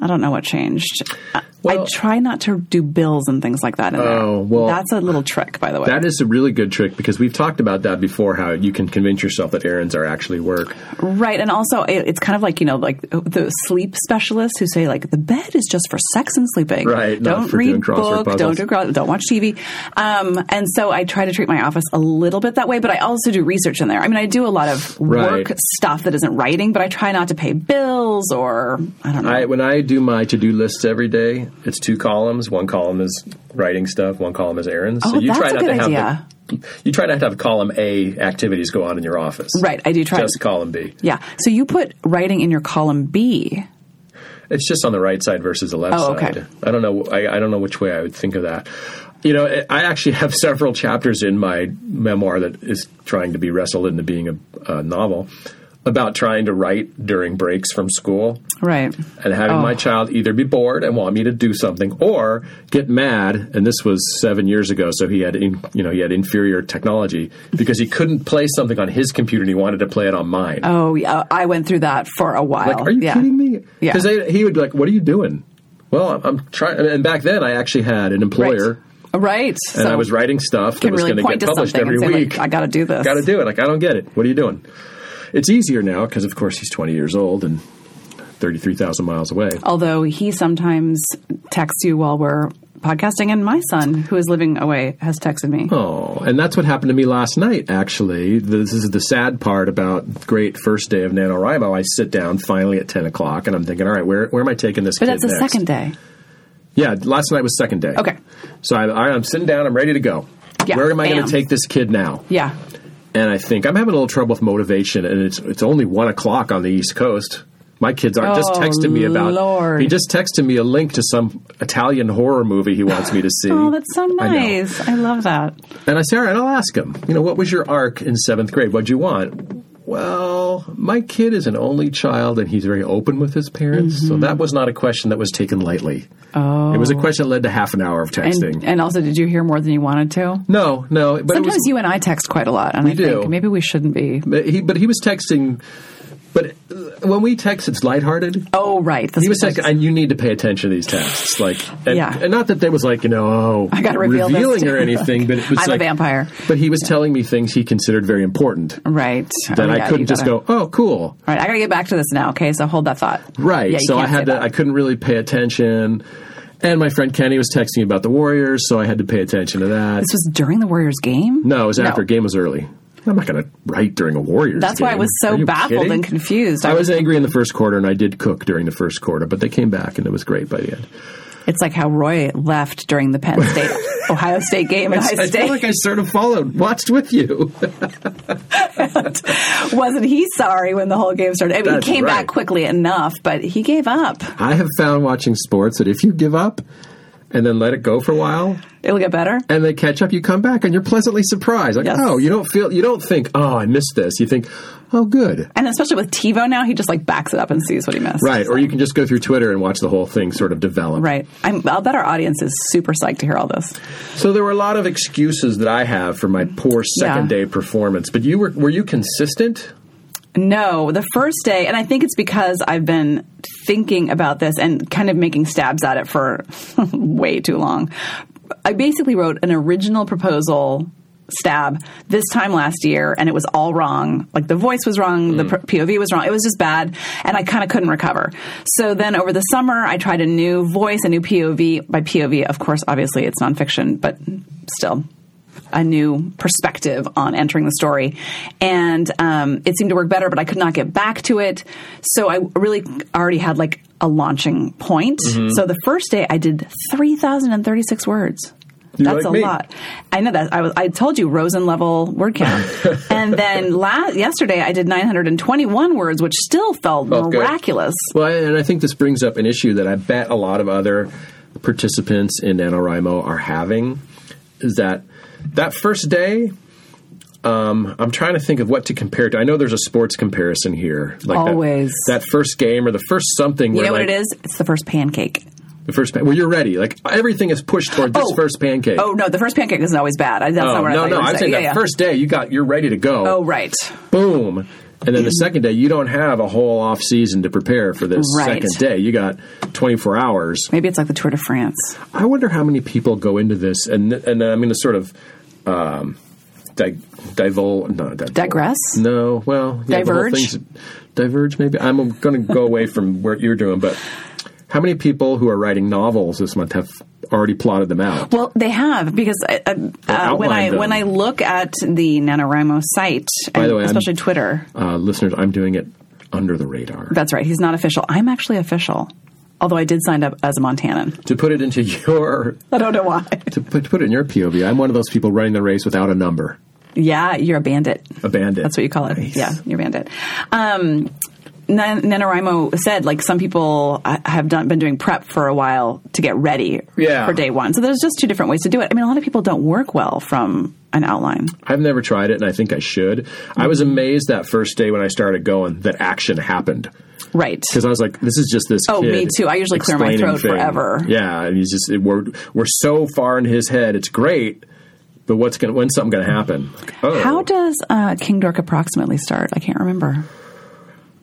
Speaker 2: I don't know what changed. I- I
Speaker 1: Well-
Speaker 2: try not to do bills and things like that in there.
Speaker 1: Oh, well-
Speaker 2: that's a little trick, by the way.
Speaker 1: That is a really good trick because we've talked about that before. How you can convince yourself that errands are actually work.
Speaker 2: right, and also it, it's kind of like you know, like uh, the sleep specialists who say like the bed is just for sex and sleeping.
Speaker 1: Right, not
Speaker 2: Don't
Speaker 1: for
Speaker 2: read
Speaker 1: doing crossword
Speaker 2: book. Don't
Speaker 1: puzzles.
Speaker 2: do cross, don't watch TV. Um, and so I try to treat my office a little bit that way, but I also do research in there. I mean, I do a lot of
Speaker 1: Right.
Speaker 2: work stuff that isn't writing, but I try not to pay bills or I don't know.
Speaker 1: I, when I do my to do lists every day, it's two columns. One column is writing stuff. One column is errands.
Speaker 2: Oh, that's a good
Speaker 1: have
Speaker 2: idea.
Speaker 1: the, you try not to have column A activities go on in your office.
Speaker 2: right, I do try.
Speaker 1: Just column B.
Speaker 2: yeah, so you put writing in your column B.
Speaker 1: It's just on the right side versus the left
Speaker 2: Oh, okay.
Speaker 1: side. I don't know. I, I don't know which way I would think of that. you know, I actually have <laughs> several chapters in my memoir that is trying to be wrestled into being a, a novel about trying to write during breaks from school
Speaker 2: Right.
Speaker 1: and having
Speaker 2: Oh.
Speaker 1: my child either be bored and want me to do something or get mad and this was 7 years ago so he had in, you know he had inferior technology because he couldn't play something on his computer and he wanted to play it on mine
Speaker 2: Oh, yeah. I went through that for a while.
Speaker 1: like, are you
Speaker 2: yeah.
Speaker 1: kidding me?
Speaker 2: Yeah.
Speaker 1: Because he would be like, what are you doing? Well, I'm, I'm trying. And back then, I actually had an employer,
Speaker 2: Right.
Speaker 1: and I was writing stuff that
Speaker 2: Can
Speaker 1: was
Speaker 2: really
Speaker 1: going
Speaker 2: point
Speaker 1: to
Speaker 2: to
Speaker 1: get published
Speaker 2: something
Speaker 1: every
Speaker 2: and say,
Speaker 1: week.
Speaker 2: like, I got to do this.
Speaker 1: Got to do it. Like, I don't get it. What are you doing? It's easier now because, of course, he's 20 years old and 33,000 miles away.
Speaker 2: Although he sometimes texts you while we're podcasting, and my son, who is living away, has texted me.
Speaker 1: Oh, and that's what happened to me last night, actually. This is the sad part about great first day of NaNoWriMo. I sit down finally at 10 o'clock and I'm thinking, all right, where, where am I taking this
Speaker 2: but
Speaker 1: kid
Speaker 2: that's the
Speaker 1: next?
Speaker 2: second day.
Speaker 1: Yeah, last night was second day.
Speaker 2: Okay.
Speaker 1: So I, I, I'm sitting down. I'm ready to go.
Speaker 2: Yeah,
Speaker 1: Where am I going
Speaker 2: bam.
Speaker 1: to take this kid now?
Speaker 2: Yeah.
Speaker 1: And I think I'm having a little trouble with motivation, and it's it's only one o'clock on the East Coast. My kids aren't just
Speaker 2: Oh,
Speaker 1: texting me about.
Speaker 2: Lord.
Speaker 1: He just texted me a link to some Italian horror movie he wants me to see.
Speaker 2: Oh, that's so
Speaker 1: I know.
Speaker 2: nice. I, love that.
Speaker 1: And I say, all right, I'll ask him. You know, what was your arc in seventh grade? What'd you want? Well, my kid is an only child, and he's very open with his parents.
Speaker 2: Mm-hmm.
Speaker 1: So that was not a question that was taken lightly. Oh, it was a question that led to half an hour of texting.
Speaker 2: And, and also, did you hear more than you wanted to?
Speaker 1: No, no. But
Speaker 2: Sometimes
Speaker 1: it was,
Speaker 2: you and I text quite a lot, and I
Speaker 1: do.
Speaker 2: think maybe we shouldn't be.
Speaker 1: but he, but he was texting. But uh, when we text, it's lighthearted.
Speaker 2: Oh, right. This
Speaker 1: He was
Speaker 2: is-
Speaker 1: texting, and you need to pay attention to these texts, like, and,
Speaker 2: Yeah.
Speaker 1: and not that there was like, you know, oh,
Speaker 2: I gotta reveal this
Speaker 1: revealing
Speaker 2: to
Speaker 1: or
Speaker 2: you.
Speaker 1: anything,
Speaker 2: <laughs>
Speaker 1: but it was
Speaker 2: I'm a
Speaker 1: like-
Speaker 2: vampire.
Speaker 1: But he was telling me things he considered very important
Speaker 2: right.
Speaker 1: that
Speaker 2: Oh,
Speaker 1: I
Speaker 2: yeah, you
Speaker 1: couldn't just
Speaker 2: gotta-
Speaker 1: go, oh, cool,
Speaker 2: All right, I got to get back to this now. Okay, so hold that thought.
Speaker 1: right?
Speaker 2: Yeah, you
Speaker 1: so I
Speaker 2: can't say
Speaker 1: had to,
Speaker 2: that.
Speaker 1: I couldn't really pay attention. And my friend Kenny was texting me about the Warriors, so I had to pay attention to that.
Speaker 2: This was during the Warriors game.
Speaker 1: no, it was after game was early. I'm not going to write during a Warriors.
Speaker 2: That's why I
Speaker 1: game.
Speaker 2: was
Speaker 1: Are
Speaker 2: so
Speaker 1: you
Speaker 2: baffled
Speaker 1: kidding?
Speaker 2: and confused. I
Speaker 1: I was angry in the first quarter, and I did cook during the first quarter, but they came back, and it was great by the end.
Speaker 2: It's like how Roy left during the
Speaker 1: <laughs>
Speaker 2: Penn State Ohio State game at
Speaker 1: I
Speaker 2: Ohio
Speaker 1: feel
Speaker 2: State.
Speaker 1: like I sort of followed, watched with you. <laughs>
Speaker 2: Wasn't he sorry when the whole game started? I mean,
Speaker 1: That's
Speaker 2: he came
Speaker 1: right.
Speaker 2: back quickly enough, but he gave up.
Speaker 1: I have found watching sports that if you give up and then let it go for a while
Speaker 2: It'll get better.
Speaker 1: and they catch up, you come back and you're pleasantly surprised. Like,
Speaker 2: Yes.
Speaker 1: oh, you don't feel, you don't think, oh, I missed this. You think, oh, good.
Speaker 2: And especially with TiVo now, he just like backs it up and sees what he missed.
Speaker 1: Right. Or you can just go through Twitter and watch the whole thing sort of develop.
Speaker 2: Right. I'm, I'll bet our audience is super psyched to hear all this.
Speaker 1: So there were a lot of excuses that I have for my poor second
Speaker 2: Yeah.
Speaker 1: day performance, but you were, were you consistent?
Speaker 2: No, the first day, and I think it's because I've been thinking about this and kind of making stabs at it for <laughs> way too long. I basically wrote an original proposal stab this time last year, and it was all wrong. Like the voice was wrong, the pr- POV was wrong. It was just bad, and I kind of couldn't recover. So then over the summer, I tried a new voice, a new POV. By POV, of course, obviously it's nonfiction, but still a new perspective on entering the story. And um, it seemed to work better, but I could not get back to it. So I really already had like a launching point.
Speaker 1: Mm-hmm.
Speaker 2: So the first day I did 3,036 words.
Speaker 1: You're like
Speaker 2: That's a
Speaker 1: me.
Speaker 2: lot. I know that. I was. I told you Rosen level word
Speaker 1: <laughs>
Speaker 2: count, and then la- yesterday I did 921 words, which still felt
Speaker 1: Felt good.
Speaker 2: miraculous.
Speaker 1: Well, and I think this brings up an issue that I bet a lot of other participants in NaNoWriMo are having is that that first day. Um, I'm trying to think of what to compare to. I know there's a sports comparison here. Like that-
Speaker 2: Always.
Speaker 1: That, first game or the first something
Speaker 2: You
Speaker 1: where
Speaker 2: know
Speaker 1: like
Speaker 2: what it is? It's the first pancake.
Speaker 1: the first pan- well you're ready. Like everything is pushed toward this
Speaker 2: Oh.
Speaker 1: first pancake.
Speaker 2: Oh no, the first pancake isn't always bad. I- That's
Speaker 1: Oh,
Speaker 2: not what I
Speaker 1: no,
Speaker 2: thought you
Speaker 1: no,
Speaker 2: were
Speaker 1: I'm
Speaker 2: saying.
Speaker 1: saying
Speaker 2: yeah,
Speaker 1: that
Speaker 2: yeah.
Speaker 1: first day you got you're ready to go.
Speaker 2: Oh right.
Speaker 1: boom. And then the second day, you don't have a whole off season to prepare for this
Speaker 2: Right.
Speaker 1: second day. You got 24 hours.
Speaker 2: Maybe it's like the Tour de France.
Speaker 1: I wonder how many people go into this, and and uh, I'm going to sort of um, di- divulge, no, divulge-
Speaker 2: Digress?
Speaker 1: No, well, yeah, the whole
Speaker 2: Diverge?
Speaker 1: thing's- diverge. Maybe I'm going to go away from what you're doing, but how many people who are writing novels this month have already plotted them out?
Speaker 2: Well, they have because uh, uh, when
Speaker 1: outline
Speaker 2: I
Speaker 1: them.
Speaker 2: when I look at the NaNoWriMo site, and
Speaker 1: the way, I'm-
Speaker 2: especially Twitter,
Speaker 1: Uh, listeners, I'm doing it under the radar.
Speaker 2: that's right. He's not official. I'm actually official, although I did sign up as a Montanan.
Speaker 1: to put it into your
Speaker 2: I don't know why.
Speaker 1: to put, to put it in your POV, I'm one of those people running the race without a number,
Speaker 2: yeah, you're a bandit.
Speaker 1: a bandit.
Speaker 2: That's what you call it. Yeah, you're a bandit. Um, Nan- NaNoWriMo said, like some people uh, have done, been doing prep for a while to get ready
Speaker 1: Yeah.
Speaker 2: for day one. So there's just two different ways to do it. I mean, a lot of people don't work well from an outline.
Speaker 1: I've never tried it, and I think I should. I was amazed that first day when I started going that action happened
Speaker 2: Right.
Speaker 1: because I was like, "This is just this."
Speaker 2: Oh,
Speaker 1: kid
Speaker 2: me too. I usually clear my
Speaker 1: explaining
Speaker 2: throat forever.
Speaker 1: Yeah, and he's just it, we're we're so far in his head. It's great, but what's gonna when's something gonna happen? Oh,
Speaker 2: How does uh, King Dork approximately start? I can't remember.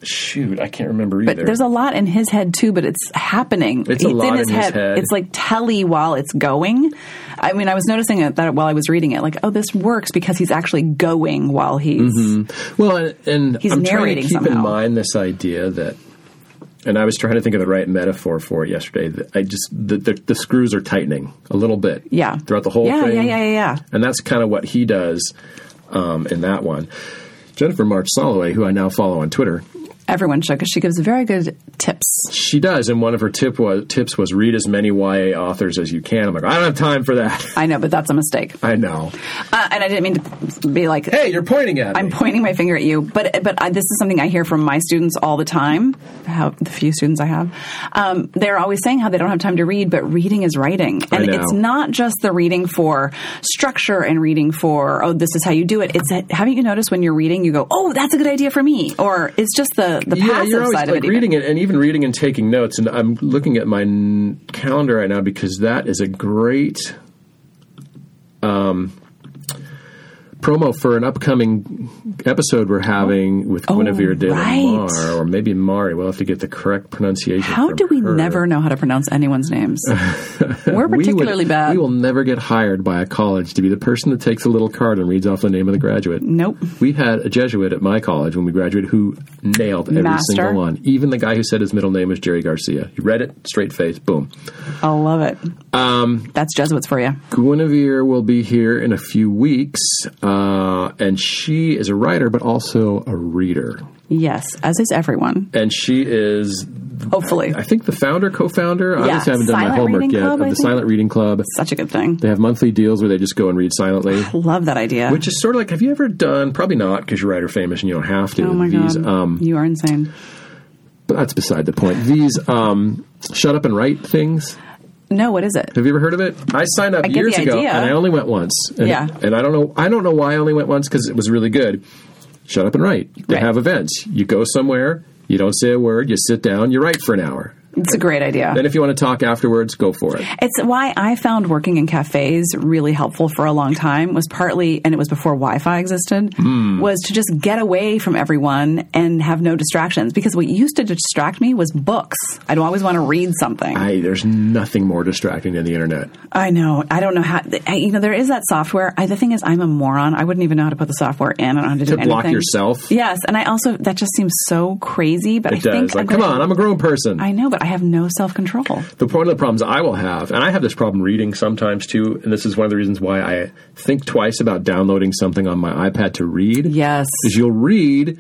Speaker 1: shoot, I can't remember
Speaker 2: But
Speaker 1: either.
Speaker 2: there's a lot in his head too, but it's happening.
Speaker 1: It's a lot in his head.
Speaker 2: It's like telly while it's going. I mean, I was noticing it that while I was reading it, like, oh, this works because he's actually going while he's.
Speaker 1: Mm-hmm. Well, and, and
Speaker 2: He's
Speaker 1: I'm trying to
Speaker 2: narrating
Speaker 1: keep in
Speaker 2: somehow.
Speaker 1: mind this idea that, and I was trying to think of the right metaphor for it yesterday. That I just the, the, the screws are tightening a little bit,
Speaker 2: Yeah.
Speaker 1: throughout the whole
Speaker 2: yeah,
Speaker 1: thing.
Speaker 2: Yeah, yeah, yeah, yeah.
Speaker 1: and that's kind of what he does um, in that one. Jennifer March Soloway, who I now follow on Twitter,
Speaker 2: Everyone should because she gives very good tips.
Speaker 1: she does, and one of her tip was, tips was read as many YA authors as you can. I'm like, I don't have time for that. <laughs>
Speaker 2: I know, but that's a mistake.
Speaker 1: I know.
Speaker 2: Uh, and I didn't mean to be like
Speaker 1: Hey, you're pointing at
Speaker 2: I'm
Speaker 1: me.
Speaker 2: pointing my finger at you, but but I, this is something I hear from my students all the time. How the few students I have, um, they're always saying how they don't have time to read, but reading is writing, and
Speaker 1: know.
Speaker 2: it's not just the reading for structure and reading for oh this is how you do it. It's that, haven't you noticed when you're reading you go oh that's a good idea for me, or it's just the the
Speaker 1: yeah,
Speaker 2: passive
Speaker 1: you're always
Speaker 2: side
Speaker 1: like
Speaker 2: of it. even.
Speaker 1: reading it, and even reading and taking notes. And I'm looking at my n- calendar right now because that is a great um, promo for an upcoming episode we're having with Guinevere de la
Speaker 2: Oh, right.
Speaker 1: Mar, or maybe Mari. We'll have to get the correct pronunciation.
Speaker 2: How
Speaker 1: from
Speaker 2: do we
Speaker 1: her.
Speaker 2: never know how to pronounce
Speaker 1: <laughs>
Speaker 2: anyone's names? We're
Speaker 1: We would-
Speaker 2: particularly bad.
Speaker 1: We will never get hired by a college to be the person that takes a little card and reads off the name of the graduate.
Speaker 2: nope.
Speaker 1: We had a Jesuit at my college when we graduated who nailed every
Speaker 2: Master.
Speaker 1: single one. Even the guy who said his middle name was Jerry Garcia. He read it straight face, boom.
Speaker 2: I love it. Um, that's Jesuits for you.
Speaker 1: Guinevere will be here in a few weeks, uh, and she is a writer but also a reader.
Speaker 2: Yes, as is everyone.
Speaker 1: And she is,
Speaker 2: Hopefully.
Speaker 1: I think, the founder, co-founder. I
Speaker 2: Yeah,
Speaker 1: honestly haven't done my
Speaker 2: Silent
Speaker 1: homework
Speaker 2: Reading
Speaker 1: yet
Speaker 2: Club,
Speaker 1: of
Speaker 2: I
Speaker 1: the
Speaker 2: think.
Speaker 1: Silent Reading Club.
Speaker 2: Such a good thing.
Speaker 1: They have monthly deals where they just go and read silently.
Speaker 2: Love that idea.
Speaker 1: Which is sort of like, have you ever done? Probably not, because you're writer famous and you don't have to.
Speaker 2: oh my
Speaker 1: these,
Speaker 2: god,
Speaker 1: Um,
Speaker 2: you are insane.
Speaker 1: but that's beside the point. These um, shut up and write things.
Speaker 2: No, what is it?
Speaker 1: Have you ever heard of it? I signed up
Speaker 2: get
Speaker 1: years
Speaker 2: the
Speaker 1: ago,
Speaker 2: idea.
Speaker 1: and I only went once. And,
Speaker 2: Yeah.
Speaker 1: and I don't know. I don't know why I only went once because it was really good. Shut up and write. They
Speaker 2: Right.
Speaker 1: have events. You go somewhere. You don't say a word. You sit down. You write for an hour.
Speaker 2: It's a great idea.
Speaker 1: Then, if you want to talk afterwards, go for it.
Speaker 2: It's why I found working in cafes really helpful for a long time was partly, and it was before Wi-Fi existed,
Speaker 1: Hmm.
Speaker 2: was to just get away from everyone and have no distractions. Because what used to distract me was books. I'd always want to read something. I,
Speaker 1: I, there's nothing more distracting than the internet.
Speaker 2: know. I don't know how. I, you know, there is that software. I, the thing is, I'm a moron. I wouldn't even know how to put the software in. I don't know how to do
Speaker 1: To
Speaker 2: anything.
Speaker 1: block yourself,
Speaker 2: Yes, and I also that just seems so crazy. But I
Speaker 1: it does.
Speaker 2: think
Speaker 1: Like,
Speaker 2: I'm
Speaker 1: come
Speaker 2: gonna-
Speaker 1: on, I'm a grown person.
Speaker 2: I know, but I have no self control.
Speaker 1: the one of the problems I will have, and I have this problem reading sometimes too, and this is one of the reasons why I think twice about downloading something on my iPad to read.
Speaker 2: Yes.
Speaker 1: Is you'll read,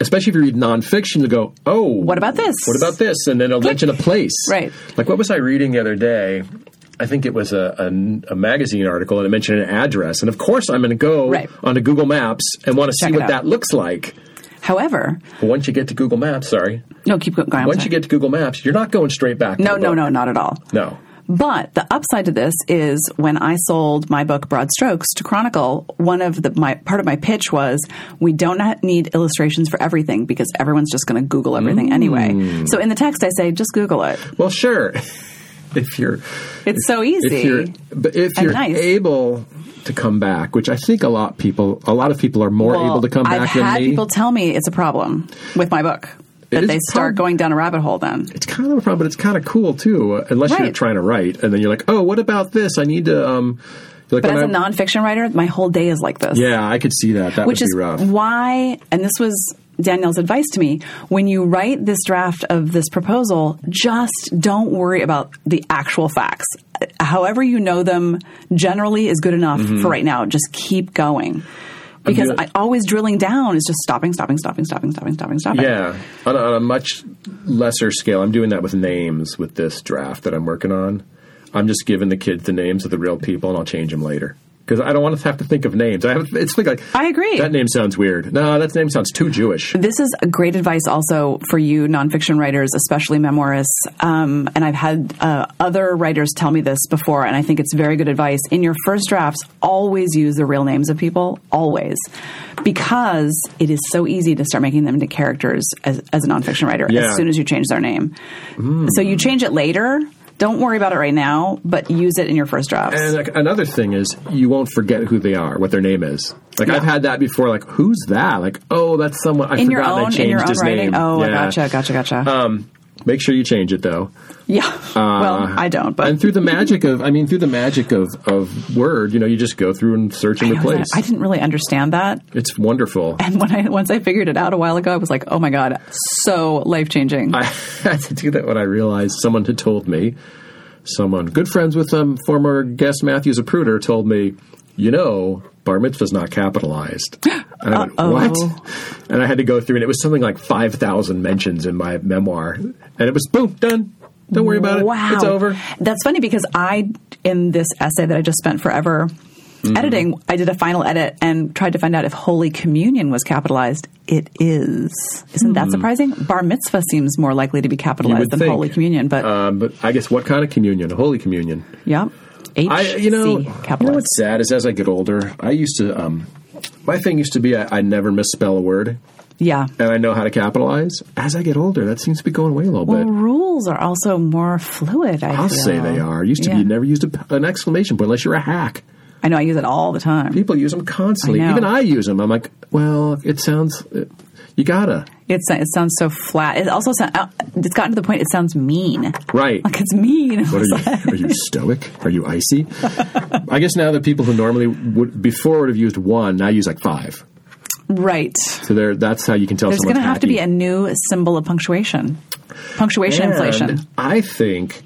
Speaker 1: especially if you read nonfiction, you'll go, oh. What
Speaker 2: about this?
Speaker 1: What about this? And then it'll mention a place.
Speaker 2: <laughs> Right.
Speaker 1: Like, what was I reading the other day? I think it was a, a, a magazine article and it mentioned an address. And of course, I'm going to go
Speaker 2: Right.
Speaker 1: onto Google Maps and want to
Speaker 2: Check
Speaker 1: see
Speaker 2: it
Speaker 1: what
Speaker 2: out.
Speaker 1: that looks like.
Speaker 2: However,
Speaker 1: But once you get to Google Maps, sorry,
Speaker 2: no, keep go- going. I'm
Speaker 1: once you
Speaker 2: sorry.
Speaker 1: get to Google Maps, you're not going straight back. to
Speaker 2: no,
Speaker 1: the
Speaker 2: no,
Speaker 1: book.
Speaker 2: no, not at all.
Speaker 1: No.
Speaker 2: But the upside to this is when I sold my book Broad Strokes to Chronicle, one of the my part of my pitch was we don't not need illustrations for everything because everyone's just going to Google everything anyway.
Speaker 1: Mm.
Speaker 2: So in the text, I say just Google it.
Speaker 1: Well, sure. <laughs> if you're
Speaker 2: It's so
Speaker 1: if
Speaker 2: easy.
Speaker 1: you're but if
Speaker 2: And
Speaker 1: you're
Speaker 2: nice.
Speaker 1: able to come back, which I think a lot people a lot of people are more
Speaker 2: Well,
Speaker 1: able to come
Speaker 2: I've
Speaker 1: back
Speaker 2: had
Speaker 1: than me.
Speaker 2: people tell me it's a problem with my book
Speaker 1: It
Speaker 2: that
Speaker 1: is
Speaker 2: they
Speaker 1: a
Speaker 2: start
Speaker 1: problem.
Speaker 2: going down a rabbit hole. Then
Speaker 1: it's kind of a problem, but it's kind of cool too. uh, Unless you're
Speaker 2: Right.
Speaker 1: trying to write, and then you're like, oh, what about this? I need to. Um, you're like,
Speaker 2: But as
Speaker 1: when
Speaker 2: a
Speaker 1: I-
Speaker 2: nonfiction writer, my whole day is like this.
Speaker 1: yeah, I could see that. That
Speaker 2: which
Speaker 1: would
Speaker 2: is
Speaker 1: be rough.
Speaker 2: why, and this was Danielle's advice to me when you write this draft of this proposal, just don't worry about the actual facts. However, you know them generally is good enough
Speaker 1: Mm-hmm.
Speaker 2: for right now. Just keep going. Because
Speaker 1: gonna-
Speaker 2: I, always drilling down is just stopping, stopping, stopping, stopping, stopping, stopping, stopping.
Speaker 1: Yeah, on a, on a much lesser scale. I'm doing that with names with this draft that I'm working on. I'm just giving the kids the names of the real people, and I'll change them later. because I don't want to have to think of names. I have it's like, like
Speaker 2: I agree.
Speaker 1: that name sounds weird. No, that name sounds too Jewish.
Speaker 2: This is great advice also for you nonfiction writers, especially memoirists. Um, and I've had uh, other writers tell me this before, and I think it's very good advice. In your first drafts, always use the real names of people, always, because it is so easy to start making them into characters as, as a nonfiction writer
Speaker 1: Yeah. Hmm.
Speaker 2: as soon as you change their name. So you change it later. Don't worry about it right now, but use it in your first drafts.
Speaker 1: And like, another thing is, you won't forget who they are, what their name is. Like I've had that before. Like who's that? Like oh, that's someone. I
Speaker 2: in
Speaker 1: forgot
Speaker 2: your
Speaker 1: I
Speaker 2: own,
Speaker 1: changed
Speaker 2: in your own
Speaker 1: his
Speaker 2: writing.
Speaker 1: name.
Speaker 2: Oh, I
Speaker 1: Yeah.
Speaker 2: gotcha, gotcha, gotcha.
Speaker 1: Um, make sure you change it though.
Speaker 2: yeah. <laughs> well, I don't, but
Speaker 1: uh, and through the magic of, I mean, through the magic of of word, you know, you just go through and search and
Speaker 2: I was
Speaker 1: replace.
Speaker 2: like, I didn't really understand that.
Speaker 1: it's wonderful.
Speaker 2: And when I once I figured it out a while ago, I was like, oh my god, so life changing.
Speaker 1: I <laughs> had to do that when I realized someone had told me, someone good friends with them, former guest Matthew Zapruder told me, you know, bar mitzvah's not capitalized. And I went,
Speaker 2: Uh-oh.
Speaker 1: what? And I had to go through, and it was something like 5,000 mentions in my memoir. And it was boom, done. Don't worry about
Speaker 2: wow,
Speaker 1: it. It's over.
Speaker 2: That's funny because I in this essay that I just spent forever
Speaker 1: Mm-hmm.
Speaker 2: editing, I did a final edit and tried to find out if Holy Communion was capitalized. It is. Isn't that surprising? Bar mitzvah seems more likely to be capitalized than
Speaker 1: Hmm. think.
Speaker 2: Holy Communion, but
Speaker 1: Um, but I guess what kind of communion? Holy communion.
Speaker 2: yeah, H
Speaker 1: I, you know,
Speaker 2: C
Speaker 1: you know
Speaker 2: capitalized.
Speaker 1: what's sad is as I get older, I used to, um, my thing used to be I, I never misspell a word.
Speaker 2: yeah.
Speaker 1: and I know how to capitalize. As I get older, that seems to be going away a little
Speaker 2: Well,
Speaker 1: bit.
Speaker 2: rules are also more fluid. I
Speaker 1: I'll say they are. Used to be
Speaker 2: Yeah.
Speaker 1: you never used a, an exclamation point unless you're a hack.
Speaker 2: I know I use it all the time.
Speaker 1: People use them constantly.
Speaker 2: I know.
Speaker 1: Even I use them. I'm like, well, it sounds. uh, you gotta
Speaker 2: It's, it sounds so flat. It also sound, uh, it's gotten to the point. It sounds mean.
Speaker 1: right.
Speaker 2: Like it's mean.
Speaker 1: What are you? Are you stoic? Are you icy? I guess now that people who normally would before would have used one now use like five.
Speaker 2: <laughs> right.
Speaker 1: So there, that's how you can tell.
Speaker 2: There's going
Speaker 1: someone's
Speaker 2: to have to be
Speaker 1: hacky.
Speaker 2: a new symbol of punctuation. Punctuation inflation.
Speaker 1: And I think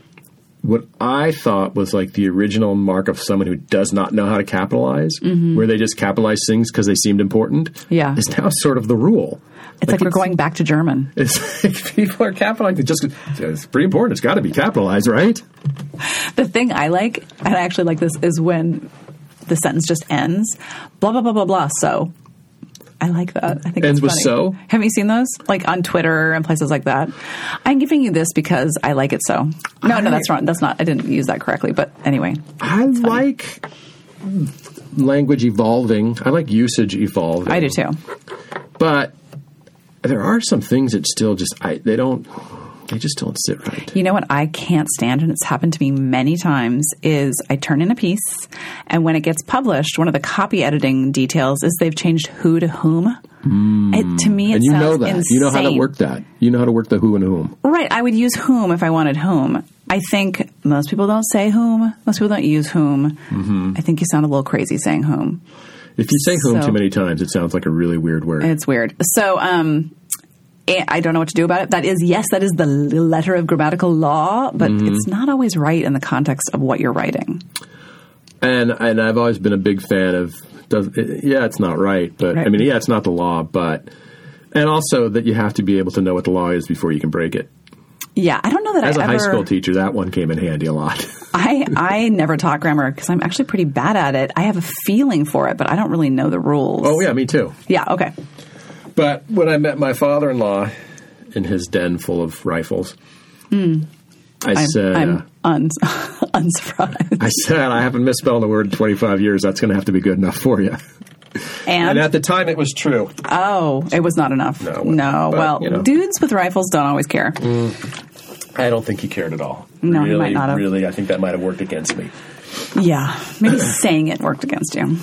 Speaker 1: what I thought was like the original mark of someone who does not know how to capitalize, where they just capitalize things because they seemed important,
Speaker 2: Mm-hmm. Yeah.
Speaker 1: is now sort of the rule.
Speaker 2: It's like, we're going back to German.
Speaker 1: It's <laughs> like people are capitalizing just. 'cause It's pretty important. It's got to be capitalized, right?
Speaker 2: The thing I like, and I actually like this, is when the sentence just ends. Blah blah blah blah blah. So. I like that. I think
Speaker 1: Ends
Speaker 2: it's
Speaker 1: with
Speaker 2: funny.
Speaker 1: so?
Speaker 2: Have you seen those? Like on Twitter and places like that. I'm giving you this because I like it so. No, no, that's wrong. That's not. I didn't use that correctly. But anyway,
Speaker 1: I like language evolving. I like usage evolving.
Speaker 2: I do too.
Speaker 1: but there are some things that still just I, they don't they just don't sit right.
Speaker 2: You know what I can't stand, and it's happened to me many times, is I turn in a piece, and when it gets published, one of the copy editing details is they've changed who to whom. It, to me,
Speaker 1: Hmm.
Speaker 2: it
Speaker 1: And you
Speaker 2: sounds
Speaker 1: know that.
Speaker 2: insane.
Speaker 1: You know how to work that. You know how to work the who and whom.
Speaker 2: Right. I would use whom if I wanted whom. I think most people don't say whom. Most people don't use whom.
Speaker 1: Mm-hmm.
Speaker 2: I think you sound a little crazy saying whom.
Speaker 1: If you say home
Speaker 2: So-
Speaker 1: too many times, it sounds like a really weird word.
Speaker 2: It's weird. So, um, eh, I don't know what to do about it. That is, yes, that is the l- letter of grammatical law, but
Speaker 1: Mm-hmm.
Speaker 2: it's not always right in the context of what you're writing.
Speaker 1: and and I've always been a big fan of does it, yeah, it's not right, but
Speaker 2: Right.
Speaker 1: I mean, yeah, it's not the law, but and also that you have to be able to know what the law is before you can break it.
Speaker 2: Yeah, I don't know that
Speaker 1: As a
Speaker 2: I
Speaker 1: high
Speaker 2: ever.
Speaker 1: school teacher, that one came in handy a lot.
Speaker 2: <laughs>
Speaker 1: <laughs>
Speaker 2: I I never taught grammar because I'm actually pretty bad at it. I have a feeling for it, but I don't really know the rules.
Speaker 1: oh yeah, me too.
Speaker 2: yeah, okay.
Speaker 1: But when I met my father-in-law in his den full of rifles, I
Speaker 2: Hmm. I'm,
Speaker 1: said. uh,
Speaker 2: I'm un- <laughs> unsurprised.
Speaker 1: I said I haven't misspelled a word in 25 years. That's going to have to be good enough for you.
Speaker 2: And,
Speaker 1: <laughs> And at the time, it was true.
Speaker 2: oh, it was not enough.
Speaker 1: No, it wasn't,
Speaker 2: no.
Speaker 1: but,
Speaker 2: well,
Speaker 1: you know. Mm.
Speaker 2: dudes with rifles don't always care.
Speaker 1: I don't think he cared at all.
Speaker 2: No, he
Speaker 1: really,
Speaker 2: might not have.
Speaker 1: Really, I think that might have worked against me.
Speaker 2: Yeah, maybe saying it worked against you.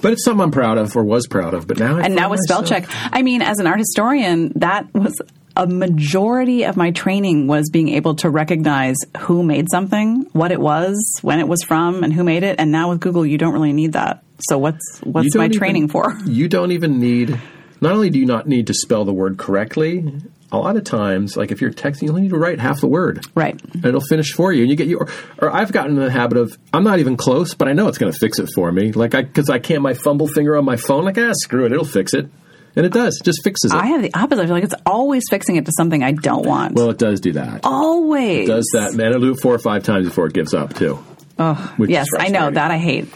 Speaker 1: But it's something I'm proud of, or was proud of. But now, I
Speaker 2: and now
Speaker 1: find
Speaker 2: with spell
Speaker 1: myself-
Speaker 2: check. I mean, as an art historian, that was a majority of my training was being able to recognize who made something, what it was, when it was from, and who made it. And now with Google, you don't really need that. So what's
Speaker 1: You
Speaker 2: what's
Speaker 1: don't
Speaker 2: my
Speaker 1: even- <laughs>
Speaker 2: training for?
Speaker 1: You don't even need. Not only do you not need to spell the word correctly, a lot of times, like if you're texting, you only need to write half the word.
Speaker 2: Right.
Speaker 1: And it'll finish for you, and you get your. Or I've gotten in the habit of I'm not even close, but I know it's going to fix it for me. Like I, because I can't my fumble finger on my phone. Like ah, screw it, it'll fix it, and it does. It just fixes it.
Speaker 2: I have the opposite. I feel like it's always fixing it to something I don't want.
Speaker 1: well, it does do that.
Speaker 2: always.
Speaker 1: does that man it'll do it four or five times before it gives up too.
Speaker 2: Ugh,
Speaker 1: which is
Speaker 2: Oh, yes, I know
Speaker 1: frustrating.
Speaker 2: that I hate.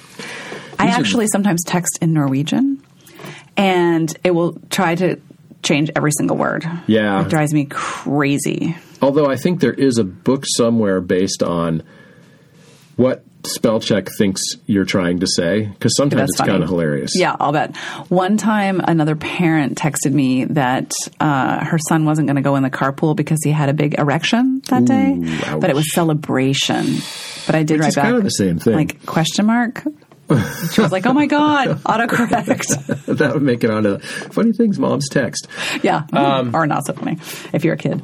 Speaker 2: I
Speaker 1: These are-
Speaker 2: actually sometimes text in Norwegian, and it will try to change every single word.
Speaker 1: Yeah.
Speaker 2: It drives me crazy.
Speaker 1: Although I think there is a book somewhere based on what spell check thinks you're trying to say, because sometimes
Speaker 2: That's
Speaker 1: it's
Speaker 2: funny.
Speaker 1: kind of hilarious.
Speaker 2: Yeah, I'll bet. One time, another parent texted me that uh, her son wasn't going to go in the carpool because he had a big erection that day,
Speaker 1: ouch.
Speaker 2: but it was celebration. But I did write
Speaker 1: it's
Speaker 2: back
Speaker 1: kind of the same thing.
Speaker 2: like question mark. She was like, "Oh my god,
Speaker 1: <laughs> <laughs>
Speaker 2: autocorrect."
Speaker 1: that would make it onto funny things mom's text.
Speaker 2: yeah,
Speaker 1: Um,
Speaker 2: or not so funny if you're a kid.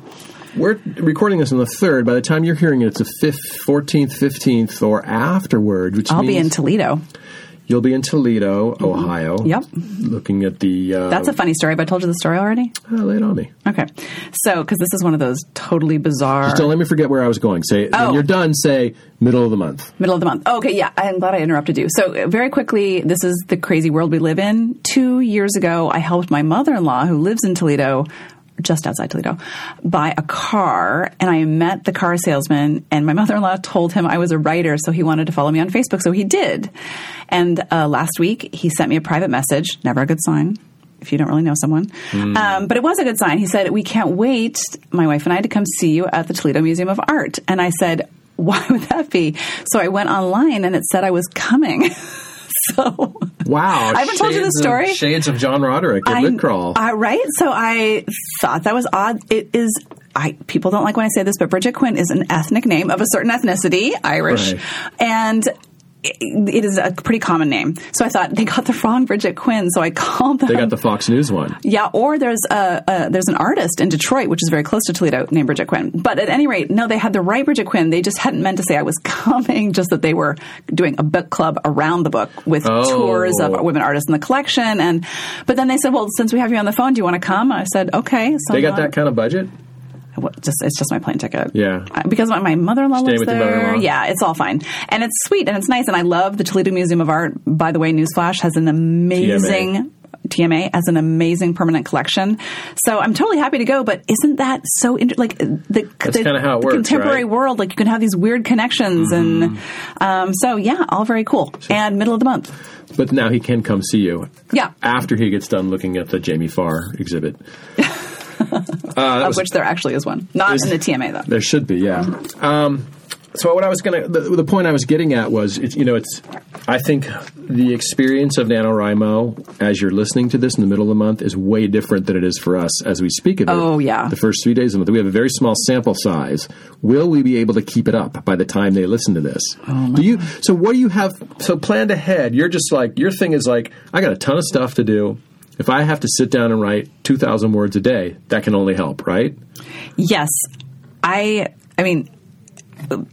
Speaker 1: We're recording this on the third. By the time you're hearing it, it's the fifth, fourteenth, fifteenth, or afterward, which
Speaker 2: I'll
Speaker 1: means
Speaker 2: be in Toledo.
Speaker 1: you'll be in Toledo, Ohio.
Speaker 2: Yep.
Speaker 1: Looking at the uh,
Speaker 2: That's a funny story. Have I told you the story already?
Speaker 1: oh, lay it on me.
Speaker 2: Okay, so because this is one of those totally bizarre.
Speaker 1: Don't let me forget where I was going. Say
Speaker 2: Oh.
Speaker 1: when you're done. Say middle of the month.
Speaker 2: Middle of the month. Oh, okay, yeah, I'm glad I interrupted you. So, uh, very quickly, this is the crazy world we live in. Two years ago, I helped my mother in law, who lives in Toledo, just outside Toledo, buy a car, and I met the car salesman, and my mother in law told him I was a writer, so he wanted to follow me on Facebook, so he did. And uh, last week, he sent me a private message, never a good sign if you don't really know someone.
Speaker 1: Hmm.
Speaker 2: Um, but it was a good sign. He said, We can't wait, my wife and I, to come see you at the Toledo Museum of Art. And I said, <laughs> Why would that be? So I went online and it said I was coming. <laughs> so
Speaker 1: Wow.
Speaker 2: I haven't told you
Speaker 1: shades
Speaker 2: this
Speaker 1: of-
Speaker 2: story.
Speaker 1: shades of John Roderick at Lit Crawl.
Speaker 2: Uh, right? So I thought that was odd. It is. I, people don't like when I say this, but Bridget Quinn is an ethnic name of a certain ethnicity, Irish,
Speaker 1: Right.
Speaker 2: and it it is a pretty common name. So I thought they got the wrong Bridget Quinn. So I called them.
Speaker 1: they got the Fox News one.
Speaker 2: Yeah, or there's a, a there's an artist in Detroit, which is very close to Toledo, named Bridget Quinn. But at any rate, no, they had the right Bridget Quinn. They just hadn't meant to say I was <laughs> coming. Just that they were doing a book club around the book with
Speaker 1: Oh.
Speaker 2: tours of women artists in the collection. And but then they said, well, since we have you on the phone, do you want to come? I said, okay. So
Speaker 1: They got
Speaker 2: I'm on-
Speaker 1: that kind of budget.
Speaker 2: well, just it's just my plane ticket.
Speaker 1: Yeah.
Speaker 2: Uh, because my, my mother-in-law lives
Speaker 1: with your
Speaker 2: there.
Speaker 1: mother-in-law.
Speaker 2: Yeah, it's all fine, and it's sweet and it's nice, and I love the Toledo Museum of Art. By the way, newsflash has an amazing. TMA. has an amazing permanent collection, so I'm totally happy to go. But isn't that so inter- like the, the,
Speaker 1: kinda how it
Speaker 2: the
Speaker 1: works,
Speaker 2: contemporary
Speaker 1: right? Mm-hmm.
Speaker 2: world? Like you can have these weird connections, and um, so yeah, all very cool. And middle of the month,
Speaker 1: But now he can come see you
Speaker 2: yeah,
Speaker 1: after he gets done looking at the Jamie Farr
Speaker 2: <laughs>
Speaker 1: exhibit. Uh,
Speaker 2: of which there actually is one, not in the TMA though.
Speaker 1: There should be, yeah. Um, so what I was going to, the, the point I was getting at was, it's you know, it's, I think the experience of NaNoWriMo as you're listening to this in the middle of the month is way different than it is for us as we speak of it.
Speaker 2: Oh, yeah.
Speaker 1: The first three days of the month. We have a very small sample size. Will we be able to keep it up by the time they listen to this?
Speaker 2: Oh,
Speaker 1: do you, so what do you have, so planned ahead, you're just like, your thing is like, I got a ton of stuff to do. If I have to sit down and write 2,000 words a day, that can only help, right?
Speaker 2: Yes, I. I mean,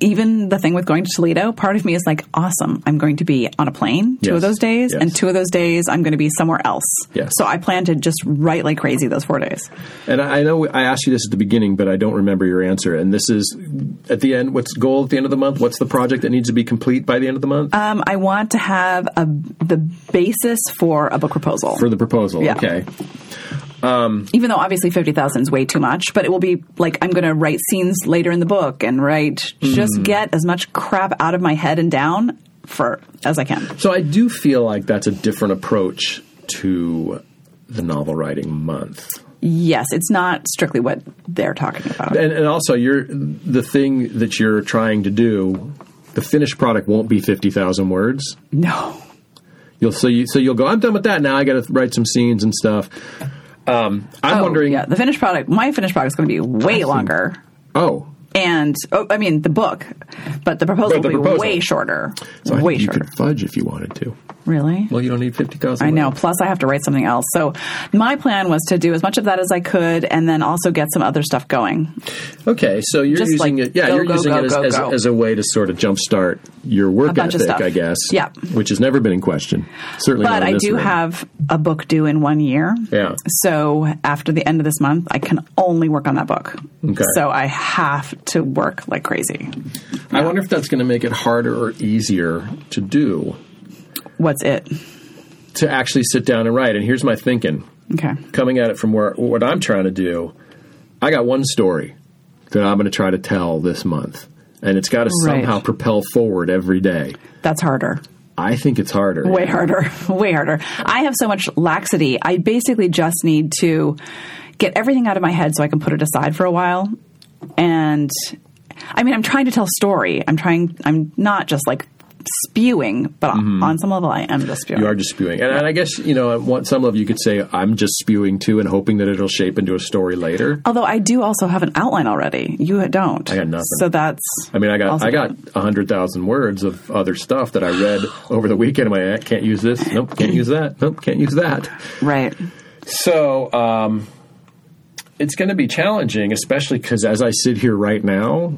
Speaker 2: even the thing with going to Toledo, part of me is like, awesome. I'm going to be on a plane two
Speaker 1: Yes.
Speaker 2: of those days,
Speaker 1: Yes.
Speaker 2: and two of those days I'm going to be somewhere else.
Speaker 1: Yes.
Speaker 2: So I plan to just write like crazy those four days.
Speaker 1: And I I know I asked you this at the beginning, but I don't remember your answer. And this is at the end. What's goal at the end of the month? What's the project that needs to be complete by the end of the month
Speaker 2: Um, I want to have a, the basis for a book proposal.
Speaker 1: for the proposal?
Speaker 2: yeah.
Speaker 1: Okay,
Speaker 2: even though obviously 50,000 is way too much, but it will be like I'm going to write scenes later in the book and write
Speaker 1: Mm.
Speaker 2: just get as much crap out of my head and down for as I can.
Speaker 1: so I do feel like that's a different approach to the novel writing month.
Speaker 2: Yes, it's not strictly what they're talking about.
Speaker 1: And, and also, you're the thing that you're trying to do. The finished product won't be fifty thousand words.
Speaker 2: No.
Speaker 1: You'll so you so you'll go. I'm done with that now. I got to write some scenes and stuff. Um, I'm
Speaker 2: Oh,
Speaker 1: wondering.
Speaker 2: Yeah, the finished product. My finished product is going to be way longer,
Speaker 1: Oh,
Speaker 2: and oh, I mean the book, but the proposal
Speaker 1: But the
Speaker 2: will be
Speaker 1: proposal.
Speaker 2: way shorter.
Speaker 1: so I
Speaker 2: way
Speaker 1: think you
Speaker 2: shorter.
Speaker 1: could fudge if you wanted to.
Speaker 2: really?
Speaker 1: Well, you don't need fifty thousand.
Speaker 2: I know. Plus, I have to write something else. So, my plan was to do as much of that as I could, and then also get some other stuff going.
Speaker 1: Okay, so you're
Speaker 2: Just,
Speaker 1: using
Speaker 2: like,
Speaker 1: it. Yeah,
Speaker 2: go,
Speaker 1: you're
Speaker 2: go,
Speaker 1: using
Speaker 2: go,
Speaker 1: it as,
Speaker 2: go,
Speaker 1: as,
Speaker 2: go.
Speaker 1: as a way to sort of jumpstart your work
Speaker 2: bunch of
Speaker 1: ethic,
Speaker 2: stuff.
Speaker 1: I guess.
Speaker 2: Yeah.
Speaker 1: which has never been in question. Certainly,
Speaker 2: But
Speaker 1: not in
Speaker 2: I
Speaker 1: this
Speaker 2: do
Speaker 1: room.
Speaker 2: have a book due in one year.
Speaker 1: Yeah.
Speaker 2: So after the end of this month, I can only work on that book.
Speaker 1: Okay.
Speaker 2: So I have to work like crazy.
Speaker 1: I wonder if that's going to make it harder or easier to do
Speaker 2: What's it?
Speaker 1: to actually sit down and write. And here's my thinking:
Speaker 2: Okay.
Speaker 1: coming at it from where what I'm trying to do, I got one story that I'm going to try to tell this month, and it's got to
Speaker 2: Right.
Speaker 1: somehow propel forward every day.
Speaker 2: That's harder.
Speaker 1: I think it's harder.
Speaker 2: Way harder. <laughs> Way harder. I have so much laxity. I basically just need to get everything out of my head so I can put it aside for a while. And I mean, I'm trying to tell story. I'm trying. I'm not just like spewing, but on, on some level, I am just spewing.
Speaker 1: Mm-hmm. You are just spewing, and, and I guess you know, at one- some level, you could say I'm just spewing too, and hoping that it'll shape into a story later.
Speaker 2: Although I do also have an outline already. You don't. I
Speaker 1: got nothing.
Speaker 2: So that's.
Speaker 1: I mean, I got
Speaker 2: also
Speaker 1: I got a hundred thousand words of other stuff that I read over the weekend. My aunt can't use this. Nope, can't use that. Nope, can't use that.
Speaker 2: right.
Speaker 1: So um, it's going to be challenging, especially because as I sit here right now,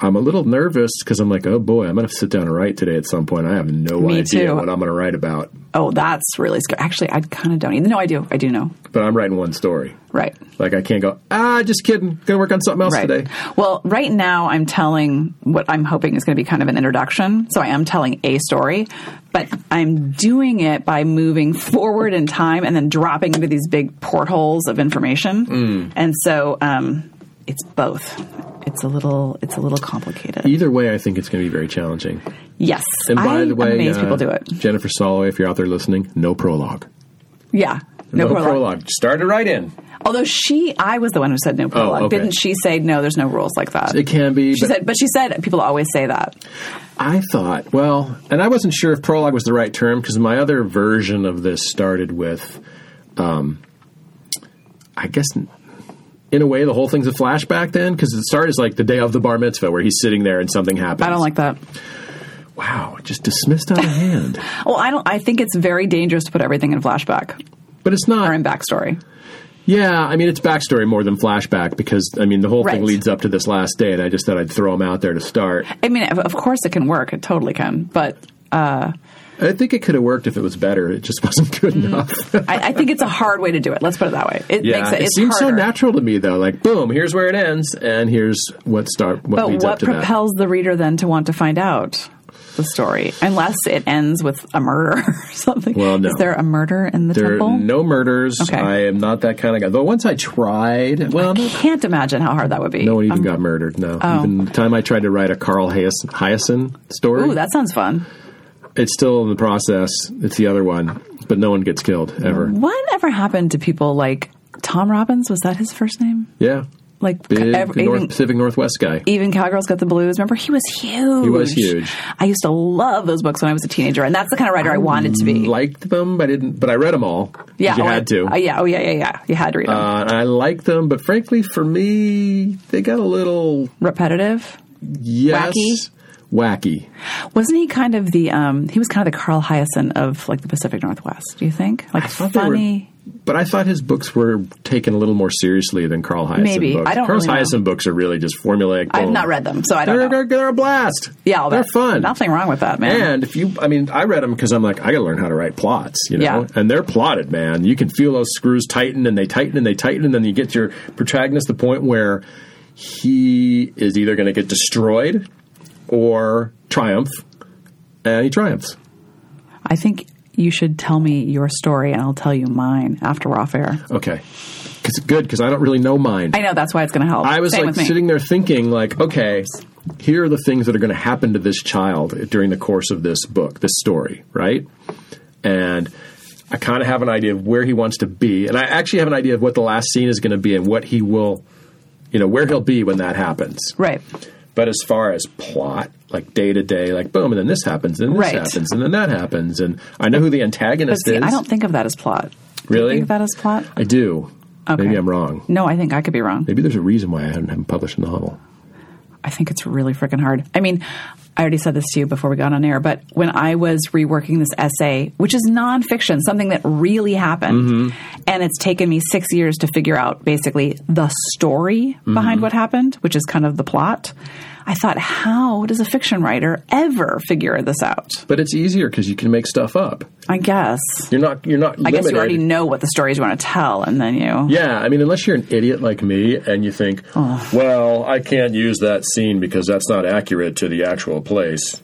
Speaker 1: I'm a little nervous because I'm like, oh boy, I'm going to have to sit down and write today at some point. I have no
Speaker 2: Me
Speaker 1: idea
Speaker 2: too.
Speaker 1: what I'm going to write about,
Speaker 2: Oh, that's really scary. Actually, I kind of don't even. No, I do. I do know.
Speaker 1: but I'm writing one story.
Speaker 2: Right.
Speaker 1: Like I can't go. Ah, just kidding. Going to work on something else
Speaker 2: Right.
Speaker 1: today.
Speaker 2: Well, right now I'm telling what I'm hoping is going to be kind of an introduction. So I am telling a story, but I'm doing it by moving forward in time and then dropping into these big portholes of information.
Speaker 1: Mm.
Speaker 2: And so um, it's both. It's a little. It's a little complicated.
Speaker 1: Either way, I think it's going to be very challenging.
Speaker 2: Yes.
Speaker 1: And by
Speaker 2: I
Speaker 1: the way,
Speaker 2: amazed
Speaker 1: uh,
Speaker 2: people do it.
Speaker 1: Jennifer Soloway, if you're out there listening, no prologue.
Speaker 2: Yeah. No, prologue.
Speaker 1: Started right in.
Speaker 2: Although she, I was the one who said no prologue.
Speaker 1: Oh, okay.
Speaker 2: Didn't she say no? There's no rules like that.
Speaker 1: It can be.
Speaker 2: she
Speaker 1: but
Speaker 2: said, but she said people always say that.
Speaker 1: I thought, well, and I wasn't sure if prologue was the right term because my other version of this started with, um, I guess, in a way, the whole thing's a flashback then because it started as like the day of the bar mitzvah where he's sitting there and something happens.
Speaker 2: I don't like that.
Speaker 1: Wow, just dismissed out of hand.
Speaker 2: Well, I don't. I think it's very dangerous to put everything in flashback
Speaker 1: But it's not.
Speaker 2: or in backstory.
Speaker 1: Yeah, I mean it's backstory more than flashback because I mean the whole thing
Speaker 2: Right.
Speaker 1: leads up to this last day, and I just thought I'd throw them out there to start.
Speaker 2: I mean, of, of course it can work. It totally can. But
Speaker 1: I think it could have worked if it was better. It just wasn't good
Speaker 2: Mm. <laughs>
Speaker 1: enough.
Speaker 2: I, I think it's a hard way to do it. Let's put it that way. It makes it.
Speaker 1: it
Speaker 2: It's
Speaker 1: seems so
Speaker 2: harder.
Speaker 1: natural to me though. Like, boom, here's where it ends, and here's what start what
Speaker 2: But
Speaker 1: leads up
Speaker 2: what
Speaker 1: to
Speaker 2: propels the reader then to want to find out the story? Unless it ends with a murder <laughs> or something.
Speaker 1: Well, no.
Speaker 2: Is there a murder in the
Speaker 1: that. There
Speaker 2: temple?
Speaker 1: are no murders.
Speaker 2: Okay.
Speaker 1: I am not that kind of guy. Though once I tried, well, no,
Speaker 2: Can't imagine how hard that would be. Um,
Speaker 1: no one even got murdered. No,
Speaker 2: oh.
Speaker 1: even the time I tried to write a Carl Hyas- Hyacin story,
Speaker 2: Ooh, that sounds fun.
Speaker 1: it's still in the process. It's the other one, but no one gets killed ever.
Speaker 2: What ever happened to people like Tom Robbins? Was that his first name?
Speaker 1: Yeah,
Speaker 2: Like
Speaker 1: big North
Speaker 2: ev- even, e-,
Speaker 1: Pacific Northwest guy.
Speaker 2: even Cowgirls Got the Blues. Remember, he was huge. He
Speaker 1: was huge.
Speaker 2: I used to love those books when I was a teenager, and that's the kind of writer I wanted to be.
Speaker 1: liked them, but I didn't. But I read them all. 'cause
Speaker 2: yeah,
Speaker 1: you
Speaker 2: oh,
Speaker 1: had
Speaker 2: I-
Speaker 1: to.
Speaker 2: uh, yeah, oh yeah, yeah, yeah. You had to read them.
Speaker 1: Uh, and I liked them, but frankly, for me, they got a little
Speaker 2: Repetitive.
Speaker 1: yes, wacky.
Speaker 2: Wasn't he kind of the? um He was kind of the Carl Hyacin of like the Pacific Northwest. Do you think? Like
Speaker 1: thought they were-
Speaker 2: funny.
Speaker 1: But I thought his books were taken a little more seriously than Carl Hyacin
Speaker 2: Maybe.
Speaker 1: books.
Speaker 2: I don't
Speaker 1: Carl
Speaker 2: really know.
Speaker 1: Hyacin books are really just formulaic.
Speaker 2: I have
Speaker 1: boom.
Speaker 2: not read them, so I don't
Speaker 1: They're,
Speaker 2: know.
Speaker 1: they're, they're a blast.
Speaker 2: Yeah, all
Speaker 1: they're
Speaker 2: that-
Speaker 1: fun.
Speaker 2: Nothing wrong with that, man.
Speaker 1: And if you, I mean, I read them because I'm like, I got to learn how to write plots, you know.
Speaker 2: Yeah.
Speaker 1: And they're plotted, man. You can feel those screws tighten and they tighten and they tighten, and then you get your protagonist to the point where he is either going to get destroyed or triumph, and he triumphs.
Speaker 2: I think you should tell me your story, and I'll tell you mine after we're off air.
Speaker 1: Okay, because good because I don't really know mine.
Speaker 2: I know that's why it's going to help.
Speaker 1: I was
Speaker 2: Same
Speaker 1: like
Speaker 2: with me.
Speaker 1: sitting there thinking, like, okay, here are the things that are going to happen to this child during the course of this book, this story, right? And I kind of have an idea of where he wants to be, and I actually have an idea of what the last scene is going to be and what he will, you know, where he'll be when that happens.
Speaker 2: right.
Speaker 1: But as far as plot, like day to day, like boom, and then this happens, and this
Speaker 2: Right.
Speaker 1: happens, and then that happens, and I know who the
Speaker 2: But
Speaker 1: antagonist
Speaker 2: see,
Speaker 1: is.
Speaker 2: I don't think of that as plot. Do you
Speaker 1: Really?
Speaker 2: think of that as plot?
Speaker 1: I do.
Speaker 2: Okay.
Speaker 1: Maybe I'm wrong.
Speaker 2: No, I think I could be wrong.
Speaker 1: Maybe there's a reason why I haven't, haven't published a novel.
Speaker 2: I think it's really freaking hard. I mean, I already said this to you before we got on air, but when I was reworking this essay, which is nonfiction, something that really happened,
Speaker 1: Mm-hmm.
Speaker 2: and it's taken me six years to figure out basically the story behind
Speaker 1: Mm-hmm.
Speaker 2: what happened, which is kind of the plot, I thought, how does a fiction writer ever figure this out?
Speaker 1: But it's easier because you can make stuff up.
Speaker 2: I guess.
Speaker 1: You're not. You're not.
Speaker 2: I
Speaker 1: Limited.
Speaker 2: guess you already know what the stories you want to tell, and then you.
Speaker 1: Yeah, I mean, unless you're an idiot like me and you think,
Speaker 2: Oh.
Speaker 1: well, I can't use that scene because that's not accurate to the actual place.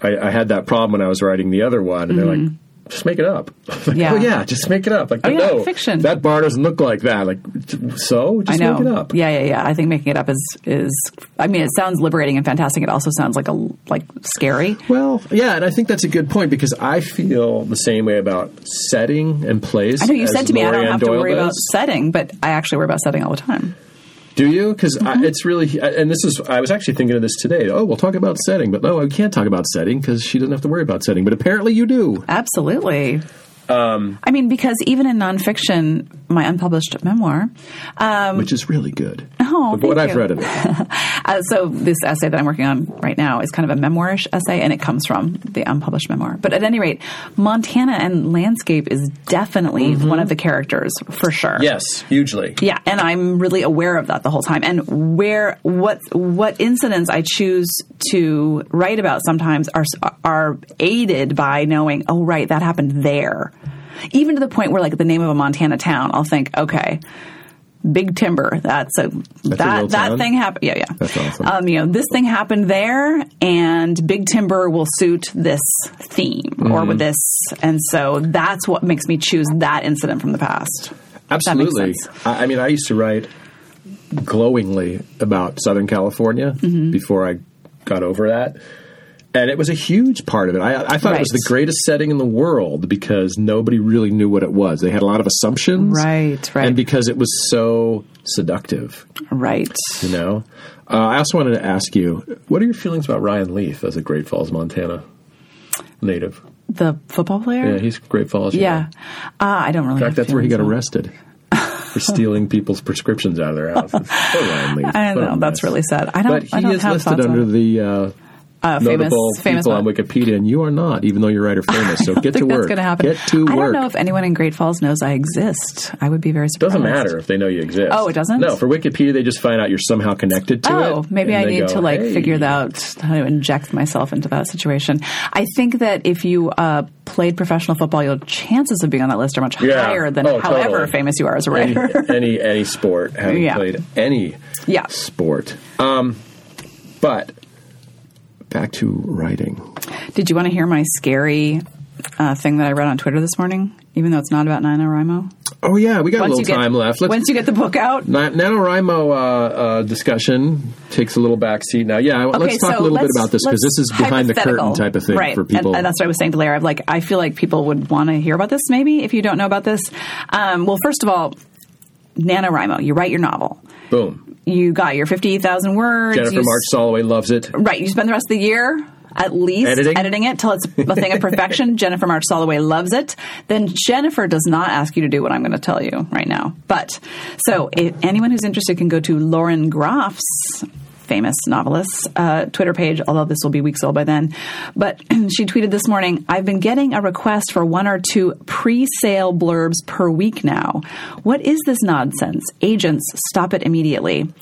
Speaker 1: I, I had that problem when I was writing the other one, and they're like, just make it up. <laughs> Like,
Speaker 2: Mm-hmm. Yeah. Oh,
Speaker 1: Oh yeah, just make it up. Like
Speaker 2: yeah,
Speaker 1: no,
Speaker 2: fiction.
Speaker 1: That bar doesn't look like that. Like so,
Speaker 2: I
Speaker 1: just
Speaker 2: know.
Speaker 1: make it up.
Speaker 2: Yeah, yeah, yeah. I think making it up is is. I mean, it sounds liberating and fantastic. It also sounds like a like scary.
Speaker 1: Well, yeah, and I think that's a good point because I feel the same way about setting and place.
Speaker 2: I know you
Speaker 1: as
Speaker 2: said to me, I
Speaker 1: Lori
Speaker 2: don't
Speaker 1: Ann
Speaker 2: have to
Speaker 1: Doyle
Speaker 2: worry about
Speaker 1: does.
Speaker 2: setting, but I actually worry about setting all the time.
Speaker 1: Do you? Because
Speaker 2: Mm-hmm.
Speaker 1: it's really, and this is, I was actually thinking of this today. Oh, we'll talk about setting, but no, we can't talk about setting because she doesn't have to worry about setting. But apparently you do.
Speaker 2: Absolutely.
Speaker 1: Um,
Speaker 2: I mean, because even in nonfiction, my unpublished memoir,
Speaker 1: which is really good.
Speaker 2: Um, Oh,
Speaker 1: Of what
Speaker 2: thank
Speaker 1: I've
Speaker 2: you.
Speaker 1: read of
Speaker 2: <laughs>
Speaker 1: it.
Speaker 2: Uh, so this essay that I'm working on right now is kind of a memoirish essay, and it comes from the unpublished memoir. But at any rate, Montana and landscape is definitely one of the characters for sure.
Speaker 1: Mm-hmm. Yes, hugely.
Speaker 2: Yeah, and I'm really aware of that the whole time. And where what what incidents I choose to write about sometimes are are aided by knowing, oh right, that happened there. Even to the point where like the name of a Montana town, I'll think, okay, Big Timber. That's a that
Speaker 1: real
Speaker 2: that
Speaker 1: town?
Speaker 2: thing happened. Yeah, yeah.
Speaker 1: That's awesome.
Speaker 2: Um, you know, this thing happened there, and Big Timber will suit this theme
Speaker 1: Mm-hmm.
Speaker 2: or with this, and so that's what makes me choose that incident from the past. That
Speaker 1: Absolutely.
Speaker 2: makes sense.
Speaker 1: I, I mean, I used to write glowingly about Southern California
Speaker 2: Mm-hmm.
Speaker 1: before I got over that. And it was a huge part of it. I, I thought it was
Speaker 2: Right.
Speaker 1: the greatest setting in the world because nobody really knew what it was. They had a lot of assumptions.
Speaker 2: Right, right.
Speaker 1: And because it was so seductive,
Speaker 2: Right.
Speaker 1: you know? Uh, I also wanted to ask you what are your feelings about Ryan Leaf as a Great Falls, Montana native?
Speaker 2: The football
Speaker 1: Yeah,
Speaker 2: player?
Speaker 1: he's Great Falls. you know.
Speaker 2: Yeah. Uh, I don't really
Speaker 1: In
Speaker 2: have
Speaker 1: fact, that's where he got
Speaker 2: feelings on- <laughs>
Speaker 1: arrested for stealing people's prescriptions out of their houses. Poor Ryan Leaf.
Speaker 2: I
Speaker 1: What a
Speaker 2: know.
Speaker 1: mess.
Speaker 2: That's really sad. I don't,
Speaker 1: But he
Speaker 2: I don't
Speaker 1: is
Speaker 2: have
Speaker 1: listed
Speaker 2: thoughts
Speaker 1: under
Speaker 2: on it.
Speaker 1: the uh,
Speaker 2: Uh, famous,
Speaker 1: notable
Speaker 2: famous
Speaker 1: people on
Speaker 2: one.
Speaker 1: Wikipedia, and you are not, even though you're
Speaker 2: <laughs>
Speaker 1: right or famous. So get to
Speaker 2: I think that's
Speaker 1: work.
Speaker 2: going to happen.
Speaker 1: Get to
Speaker 2: I
Speaker 1: work.
Speaker 2: don't know if anyone in Great Falls knows I exist. I would be very surprised.
Speaker 1: doesn't matter if they know you exist.
Speaker 2: Oh, it doesn't?
Speaker 1: No, for Wikipedia, they just find out you're somehow connected to it.
Speaker 2: Oh, maybe
Speaker 1: and
Speaker 2: I
Speaker 1: they
Speaker 2: need
Speaker 1: go,
Speaker 2: to like
Speaker 1: "Hey."
Speaker 2: figure that out how to inject myself into that situation. I think that if you uh, played professional football, your chances of being on that list are much
Speaker 1: Yeah.
Speaker 2: higher than
Speaker 1: Oh,
Speaker 2: however
Speaker 1: totally.
Speaker 2: famous you are as a
Speaker 1: Any,
Speaker 2: writer.
Speaker 1: <laughs> any any sport, having
Speaker 2: Yeah.
Speaker 1: played any
Speaker 2: <laughs> Yeah.
Speaker 1: sport. Um, but back to writing.
Speaker 2: Did you want to hear my scary uh, thing that I read on Twitter this morning? Even though it's not about NaNoWriMo?
Speaker 1: Oh yeah, we got a little
Speaker 2: get,
Speaker 1: time left. Let's
Speaker 2: Once you get the book out.
Speaker 1: Na- NaNoWriMo uh, uh, discussion takes a little backseat now. Yeah, let's talk a little bit
Speaker 2: let's-
Speaker 1: about this because
Speaker 2: let's-
Speaker 1: this is behind the curtain
Speaker 2: hypothetical.
Speaker 1: type of thing
Speaker 2: right.
Speaker 1: for people.
Speaker 2: And, and that's what I was saying to Larry. I'm like, I feel like people would want to hear about this maybe if you don't know about this. Um, well, first of all, NaNoWriMo, you write your novel.
Speaker 1: Boom.
Speaker 2: You got your 50,000 words.
Speaker 1: Jennifer
Speaker 2: you, s-
Speaker 1: March Soloway loves it.
Speaker 2: Right. You spend the rest of the year at least
Speaker 1: Editing?
Speaker 2: it till it's a thing of perfection. Jennifer March Soloway loves it. Then Jennifer does not ask you to do what I'm going to tell you right now. But so if anyone who's interested can go to Lauren Groff's famous novelist uh, Twitter page, although this will be weeks old by then. But <clears throat> she tweeted this morning, I've been getting a request for one or two pre-sale blurbs per week now. What is this nonsense? Agents, stop it immediately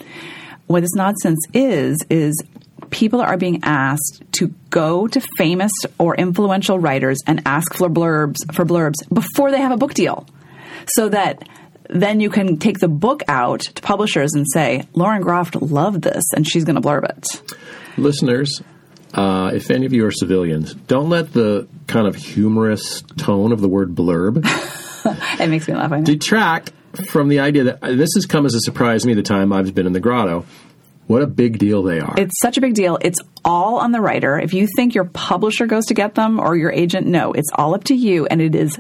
Speaker 2: what this nonsense is is people are being asked to go to famous or influential writers and ask for blurbs for blurbs before they have a book deal so that then you can take the book out to publishers and say lauren groft loved this and she's going to blurb it
Speaker 1: Listeners, uh, if any of you are civilians, don't let the kind of humorous tone of the word blurb
Speaker 2: it makes me laugh i know
Speaker 1: detract from the idea that uh, this has come as a surprise to me the time I've been in the grotto. What a big deal they are.
Speaker 2: it's such a big deal it's all on the writer if you think your publisher goes to get them or your agent no it's all up to you and it is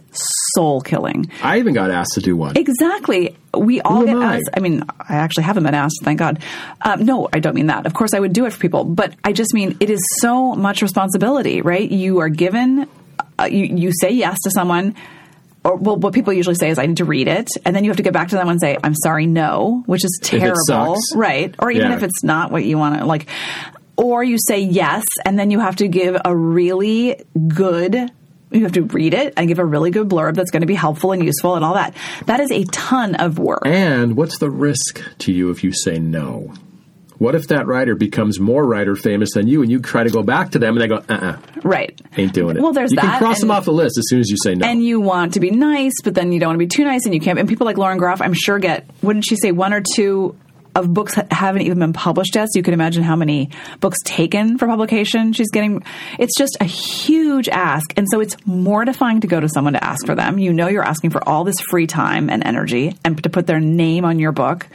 Speaker 2: soul killing
Speaker 1: I even got asked to do one.
Speaker 2: Exactly. We all
Speaker 1: Who
Speaker 2: get
Speaker 1: am I?
Speaker 2: asked. I mean, I actually haven't been asked, thank God. Um, no, I don't mean that. Of course, I would do it for people, but I just mean it is so much responsibility, right? You are given, uh, you, you say yes to someone. Or, well, what people usually say is, "I need to read it," and then you have to go back to them and say, "I'm sorry, no," which is terrible,
Speaker 1: sucks.
Speaker 2: right? Or even
Speaker 1: Yeah.
Speaker 2: if it's not what you want to like, or you say yes, and then you have to give a really good you have to read it and give a really good blurb that's going to be helpful and useful and all that. That is a ton of work.
Speaker 1: And what's the risk to you if you say no? What if that writer becomes more writer famous than you and you try to go back to them and they go, uh uh
Speaker 2: Right.
Speaker 1: ain't doing it?
Speaker 2: Well, there's
Speaker 1: you can
Speaker 2: that,
Speaker 1: cross them
Speaker 2: and-
Speaker 1: off the list as soon as you say no.
Speaker 2: And you want to be nice, but then you don't want to be too nice and you can't. And people like Lauren Groff, I'm sure, get, wouldn't she say one or two of books that haven't even been published yet. So you can imagine how many books taken for publication she's getting. It's just a huge ask. And so it's mortifying to go to someone to ask for them. You know, you're asking for all this free time and energy and to put their name on your book.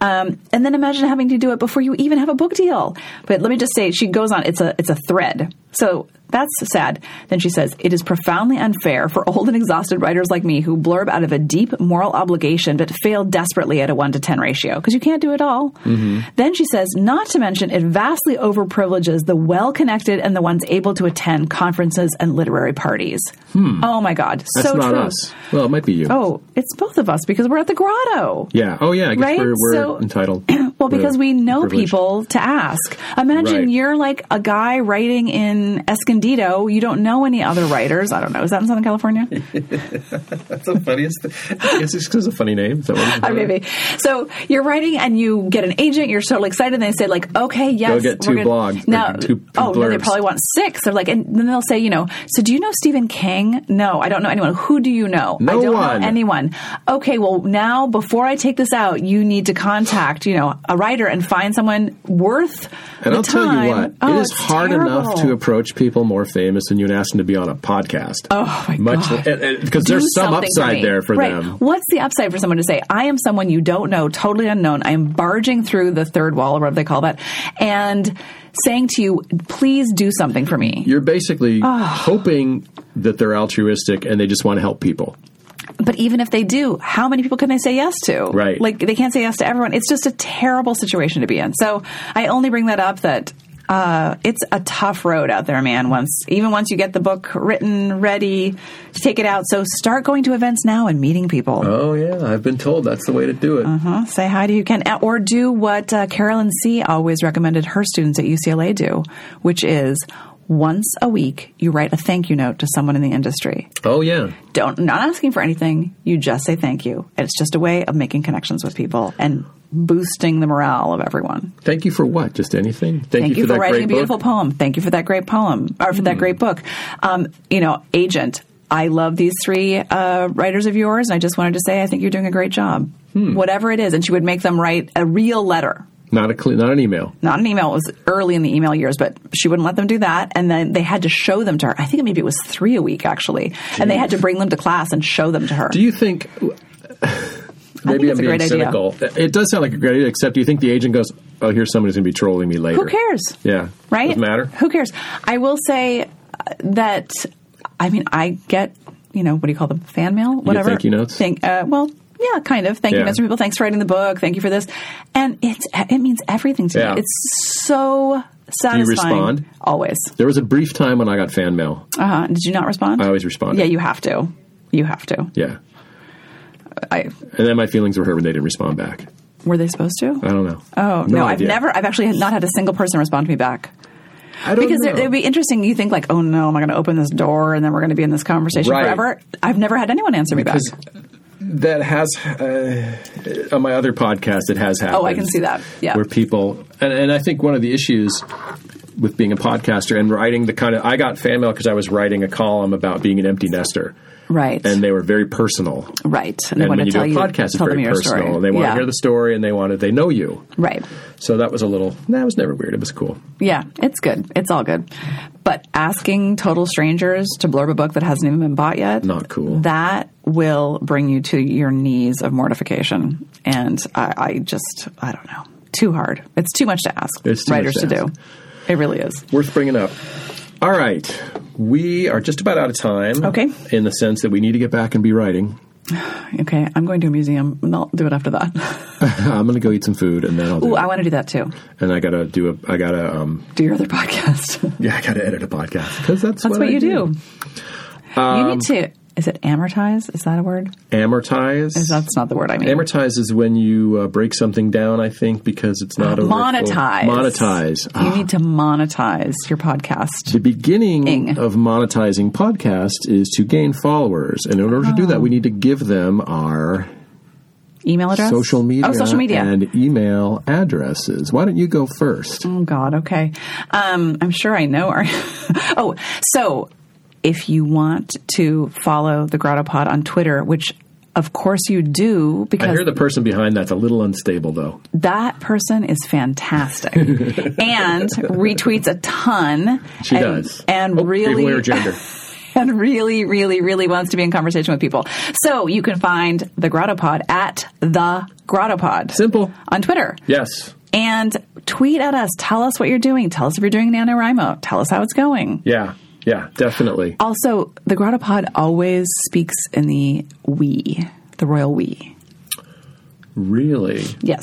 Speaker 2: Um, and then imagine having to do it before you even have a book deal. But let me just say, she goes on, it's a, it's a thread. So that's sad. Then she says, It is profoundly unfair for old and exhausted writers like me who blurb out of a deep moral obligation but fail desperately at a 1 to 10 ratio because you can't do it all.
Speaker 1: Mm-hmm.
Speaker 2: Then she says, Not to mention, it vastly overprivileges the well connected and the ones able to attend conferences and literary parties. Oh my God.
Speaker 1: Hmm. That's
Speaker 2: so
Speaker 1: not
Speaker 2: true.
Speaker 1: us. Well, it might be you.
Speaker 2: Oh, it's both of us because we're at the grotto.
Speaker 1: Yeah. Oh, yeah. I guess
Speaker 2: Right?
Speaker 1: we're, we're
Speaker 2: So-
Speaker 1: entitled.
Speaker 2: <clears throat> Well, because we know
Speaker 1: Privileged.
Speaker 2: people to ask. Imagine
Speaker 1: Right.
Speaker 2: you're like a guy writing in Escondido. You don't know any other writers. I don't know. Is that in Southern California?
Speaker 1: That's the funniest. thing. I guess it's because a funny name. <laughs> Is that what it is?
Speaker 2: <laughs> Uh, maybe. So you're writing and you get an agent. You're so excited. And they say like, okay, yes,
Speaker 1: get two
Speaker 2: we're gonna-
Speaker 1: blogs or
Speaker 2: Now,
Speaker 1: two- two
Speaker 2: oh, no, they
Speaker 1: blurbs.
Speaker 2: probably want six. They're like, and then they'll say, you know, so do you know Stephen King? No, I don't know anyone. Who do you know?
Speaker 1: No
Speaker 2: I don't
Speaker 1: one.
Speaker 2: know anyone. Okay, well now before I take this out, you need to contact you know a writer and find someone worth.
Speaker 1: And
Speaker 2: the
Speaker 1: I'll
Speaker 2: time.
Speaker 1: tell you what,
Speaker 2: Oh,
Speaker 1: it is
Speaker 2: it's
Speaker 1: hard enough to
Speaker 2: terrible.
Speaker 1: approach people more famous than you and ask them to be on a podcast.
Speaker 2: Oh my
Speaker 1: Much
Speaker 2: God.
Speaker 1: because
Speaker 2: do
Speaker 1: there's some
Speaker 2: something for
Speaker 1: upside
Speaker 2: me.
Speaker 1: there for
Speaker 2: right.
Speaker 1: them.
Speaker 2: What's the upside for someone to say, I am someone you don't know, totally unknown. I am barging through the third wall, or whatever they call that, and saying to you, please do something for me.
Speaker 1: You're basically hoping that they're altruistic and they just want to help people.
Speaker 2: But even if they do, how many people can they say yes to?
Speaker 1: Right.
Speaker 2: Like, they can't say yes to everyone. It's just a terrible situation to be in. So I only bring that up that. Uh, it's a tough road out there, man. Once, even once you get the book written, ready to take it out. So start going to events now and meeting people.
Speaker 1: Oh yeah, I've been told that's the way to do it.
Speaker 2: Well, say hi to you, Ken, or do what uh, Carolyn C. always recommended her students at UCLA do, which is once a week you write a thank you note to someone in the industry.
Speaker 1: Oh yeah,
Speaker 2: Don't not asking for anything. You just say thank you, and it's just a way of making connections with people and boosting the morale of everyone.
Speaker 1: thank you for what? Just anything. Thank,
Speaker 2: Thank you for
Speaker 1: that
Speaker 2: writing
Speaker 1: great
Speaker 2: a beautiful
Speaker 1: book. Hmm.
Speaker 2: poem. Thank you for that great poem or for that great book. Um, you know, agent. I love these three uh, writers of yours, and I just wanted to say I think you're doing a great job.
Speaker 1: Hmm.
Speaker 2: Whatever it is, and she would make them write a real letter,
Speaker 1: Not a cle not an email.
Speaker 2: not an email. It was early in the email years, but she wouldn't let them do that. And then they had to show them to her. I think maybe it was three a week actually, and they had to bring them to class and show them to her.
Speaker 1: Do you think? <sighs> Maybe I'm
Speaker 2: it's a
Speaker 1: being
Speaker 2: great idea.
Speaker 1: cynical. It does sound like a great idea, except do you think the agent goes, "Oh, here's someone who's going to be trolling me later."
Speaker 2: Who cares?
Speaker 1: Yeah,
Speaker 2: right?
Speaker 1: Doesn't matter.
Speaker 2: Who cares? I will say uh, that. I mean, I get you know what do you call them? Fan mail, whatever.
Speaker 1: thank you notes?
Speaker 2: Thank- uh, well, yeah, kind of. Thank
Speaker 1: Yeah.
Speaker 2: you, notes from people. Thanks for writing the book. Thank you for this, and it's it means everything to
Speaker 1: Yeah.
Speaker 2: me. It's so satisfying.
Speaker 1: respond?
Speaker 2: always?
Speaker 1: There was a brief time when I got fan mail.
Speaker 2: Uh-huh. Did you not respond?
Speaker 1: I always responded.
Speaker 2: Yeah, you have to. You have to.
Speaker 1: Yeah.
Speaker 2: I,
Speaker 1: And then my feelings were hurt when they didn't respond back.
Speaker 2: were they supposed to?
Speaker 1: I don't know.
Speaker 2: Oh no, I've
Speaker 1: idea. Oh,
Speaker 2: never. I've actually not had a single person respond to me back.
Speaker 1: I don't
Speaker 2: because
Speaker 1: know.
Speaker 2: it would be interesting. You think like, oh no, am I going to open this door and then we're going to be in this conversation
Speaker 1: Right.
Speaker 2: forever? I've never had anyone answer me back.
Speaker 1: Because that has uh, on my other podcast. It has happened.
Speaker 2: Oh, I can see that. Yeah.
Speaker 1: where people and, and I think one of the issues with being a podcaster and writing the kind of I got fan mail because I was writing a column about being an empty nester,
Speaker 2: Right.
Speaker 1: and they were very personal.
Speaker 2: right. And, they
Speaker 1: and when
Speaker 2: want to
Speaker 1: you do
Speaker 2: tell
Speaker 1: a
Speaker 2: you,
Speaker 1: podcast, it's
Speaker 2: tell
Speaker 1: very
Speaker 2: them your
Speaker 1: personal.
Speaker 2: story.
Speaker 1: And they want
Speaker 2: yeah.
Speaker 1: to hear the story, and they want to they know you.
Speaker 2: Right.
Speaker 1: So that was a little. That was never weird. It was cool.
Speaker 2: Yeah. It's good. It's all good. But asking total strangers to blurb a book that hasn't even been bought yet.
Speaker 1: Not cool.
Speaker 2: That will bring you to your knees of mortification. And I, I just, I don't know. Too hard. It's too much to ask
Speaker 1: It's too much
Speaker 2: writers
Speaker 1: to
Speaker 2: to
Speaker 1: ask.
Speaker 2: do. It really is.
Speaker 1: worth bringing up. All right, we are just about out of time.
Speaker 2: Okay.
Speaker 1: in the sense that we need to get back and be writing. <laughs>
Speaker 2: Okay. I'm going to a museum and I'll do it after
Speaker 1: <laughs>
Speaker 2: that.
Speaker 1: I'm going to go eat some food, and then I'll do.
Speaker 2: Ooh,
Speaker 1: it.
Speaker 2: I want to do that too.
Speaker 1: and I gotta do a. I gotta. Um,
Speaker 2: Do your other podcast. <laughs> That's
Speaker 1: yeah, I gotta edit a podcast because that's
Speaker 2: what,
Speaker 1: what, I
Speaker 2: you do. you need to. Is it amortize? Is that a word?
Speaker 1: Amortize.
Speaker 2: That's not the word I mean.
Speaker 1: Amortize is when you uh, break something down. I think because it's not over.
Speaker 2: Monetize.
Speaker 1: Monetize. Ah.
Speaker 2: you need to monetize your podcast.
Speaker 1: The beginning
Speaker 2: Ing.
Speaker 1: of monetizing podcasts is to gain followers, and in order to do that, we need to give them our
Speaker 2: Email address.
Speaker 1: social media,
Speaker 2: Oh, social media.
Speaker 1: and email addresses. Why don't you go first?
Speaker 2: oh God. Okay. Um, I'm sure I know. Our <laughs> oh, so if you want to follow the Grotto Pod on Twitter, which Of course you do,
Speaker 1: I
Speaker 2: because
Speaker 1: hear the person behind that's a little unstable, though.
Speaker 2: that person is
Speaker 1: <laughs>
Speaker 2: fantastic and retweets a ton.
Speaker 1: She
Speaker 2: and,
Speaker 1: does.
Speaker 2: and
Speaker 1: Oh,
Speaker 2: really
Speaker 1: Beware
Speaker 2: <laughs>
Speaker 1: gender.
Speaker 2: and really, really, really wants to be in conversation with people. So you can find the Grotto Pod at the Grotto Pod
Speaker 1: Simple.
Speaker 2: on Twitter.
Speaker 1: Yes.
Speaker 2: And tweet at us. Tell us what you're doing. Tell us if you're doing NaNoWriMo. Tell us how it's going.
Speaker 1: Yeah. Yeah. Definitely.
Speaker 2: Also, the Grotto Pod always speaks in the we, the royal we.
Speaker 1: Really
Speaker 2: Yes.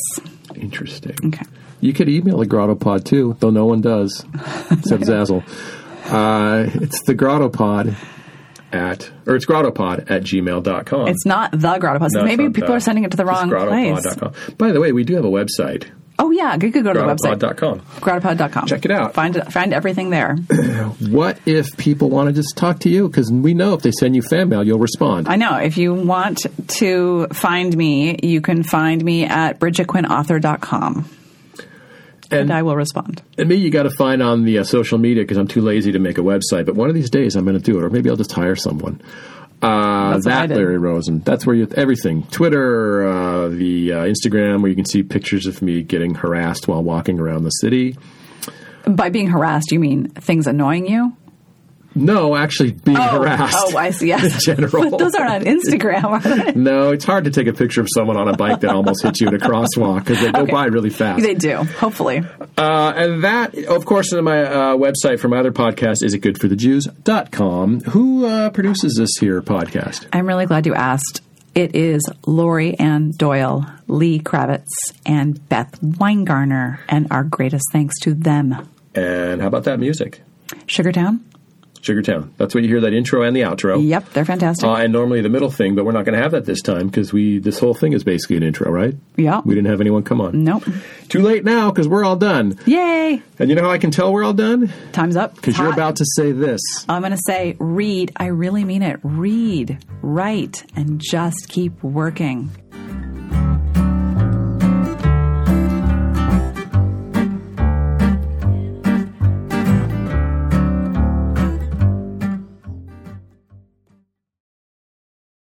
Speaker 1: interesting.
Speaker 2: Okay.
Speaker 1: You could email the Grotto Pod too, though no one does,
Speaker 2: <laughs>
Speaker 1: except Zazzle. Uh, it's the Grotto Pod at, or it's grottopod at gmail.com.
Speaker 2: It's not the Grotto Pod. So
Speaker 1: No, it's
Speaker 2: maybe
Speaker 1: not
Speaker 2: people
Speaker 1: that.
Speaker 2: are sending it to the
Speaker 1: It's
Speaker 2: wrong place.
Speaker 1: grottopod.com. By the way, we do have a website,
Speaker 2: Oh, yeah. You could go to the website,
Speaker 1: grottopod.com.
Speaker 2: grottopod.com.
Speaker 1: Check it out.
Speaker 2: Find, find everything there.
Speaker 1: What if people want to just talk to you? Because we know if they send you fan mail, you'll respond.
Speaker 2: I know. If you want to find me, you can find me at bridgetquinnauthor.com and I will respond.
Speaker 1: And me, you got to find on the uh, social media because I'm too lazy to make a website. But one of these days, I'm going to do it, or maybe I'll just hire someone. Uh,
Speaker 2: That's what I
Speaker 1: that
Speaker 2: did.
Speaker 1: Larry Rosen. That's where you everything. Twitter, uh, the uh, Instagram, where you can see pictures of me getting harassed while walking around the city.
Speaker 2: By being harassed, you mean things annoying you?
Speaker 1: No, actually being
Speaker 2: Oh,
Speaker 1: harassed.
Speaker 2: Oh, I see. Yes.
Speaker 1: general.
Speaker 2: But <laughs> those aren't on Instagram, are they?
Speaker 1: <laughs> No, it's hard to take a picture of someone on a bike that almost hit you in a crosswalk because they go
Speaker 2: Okay.
Speaker 1: by really fast.
Speaker 2: They do, hopefully.
Speaker 1: Uh, and that, of course, on my uh, website for my other podcast, isitgoodforthejews.com. Who uh, produces this here podcast?
Speaker 2: I'm really glad you asked. It is Lori Ann Doyle, Lee Kravitz, and Beth Weingarner, and our greatest thanks to them.
Speaker 1: And how about that music?
Speaker 2: Sugartown?
Speaker 1: Sugartown. That's what you hear that intro and the outro.
Speaker 2: Yep, they're fantastic.
Speaker 1: Uh, and normally the middle thing, but we're not going to have that this time because we this whole thing is basically an intro, right?
Speaker 2: Yeah.
Speaker 1: We didn't have anyone come on.
Speaker 2: nope.
Speaker 1: Too late now because we're all done.
Speaker 2: Yay!
Speaker 1: And you know how I can tell we're all done?
Speaker 2: Time's up.
Speaker 1: Because you're
Speaker 2: Hot.
Speaker 1: about to say this.
Speaker 2: I'm going to say read. I really mean it. Read, write, and just keep working.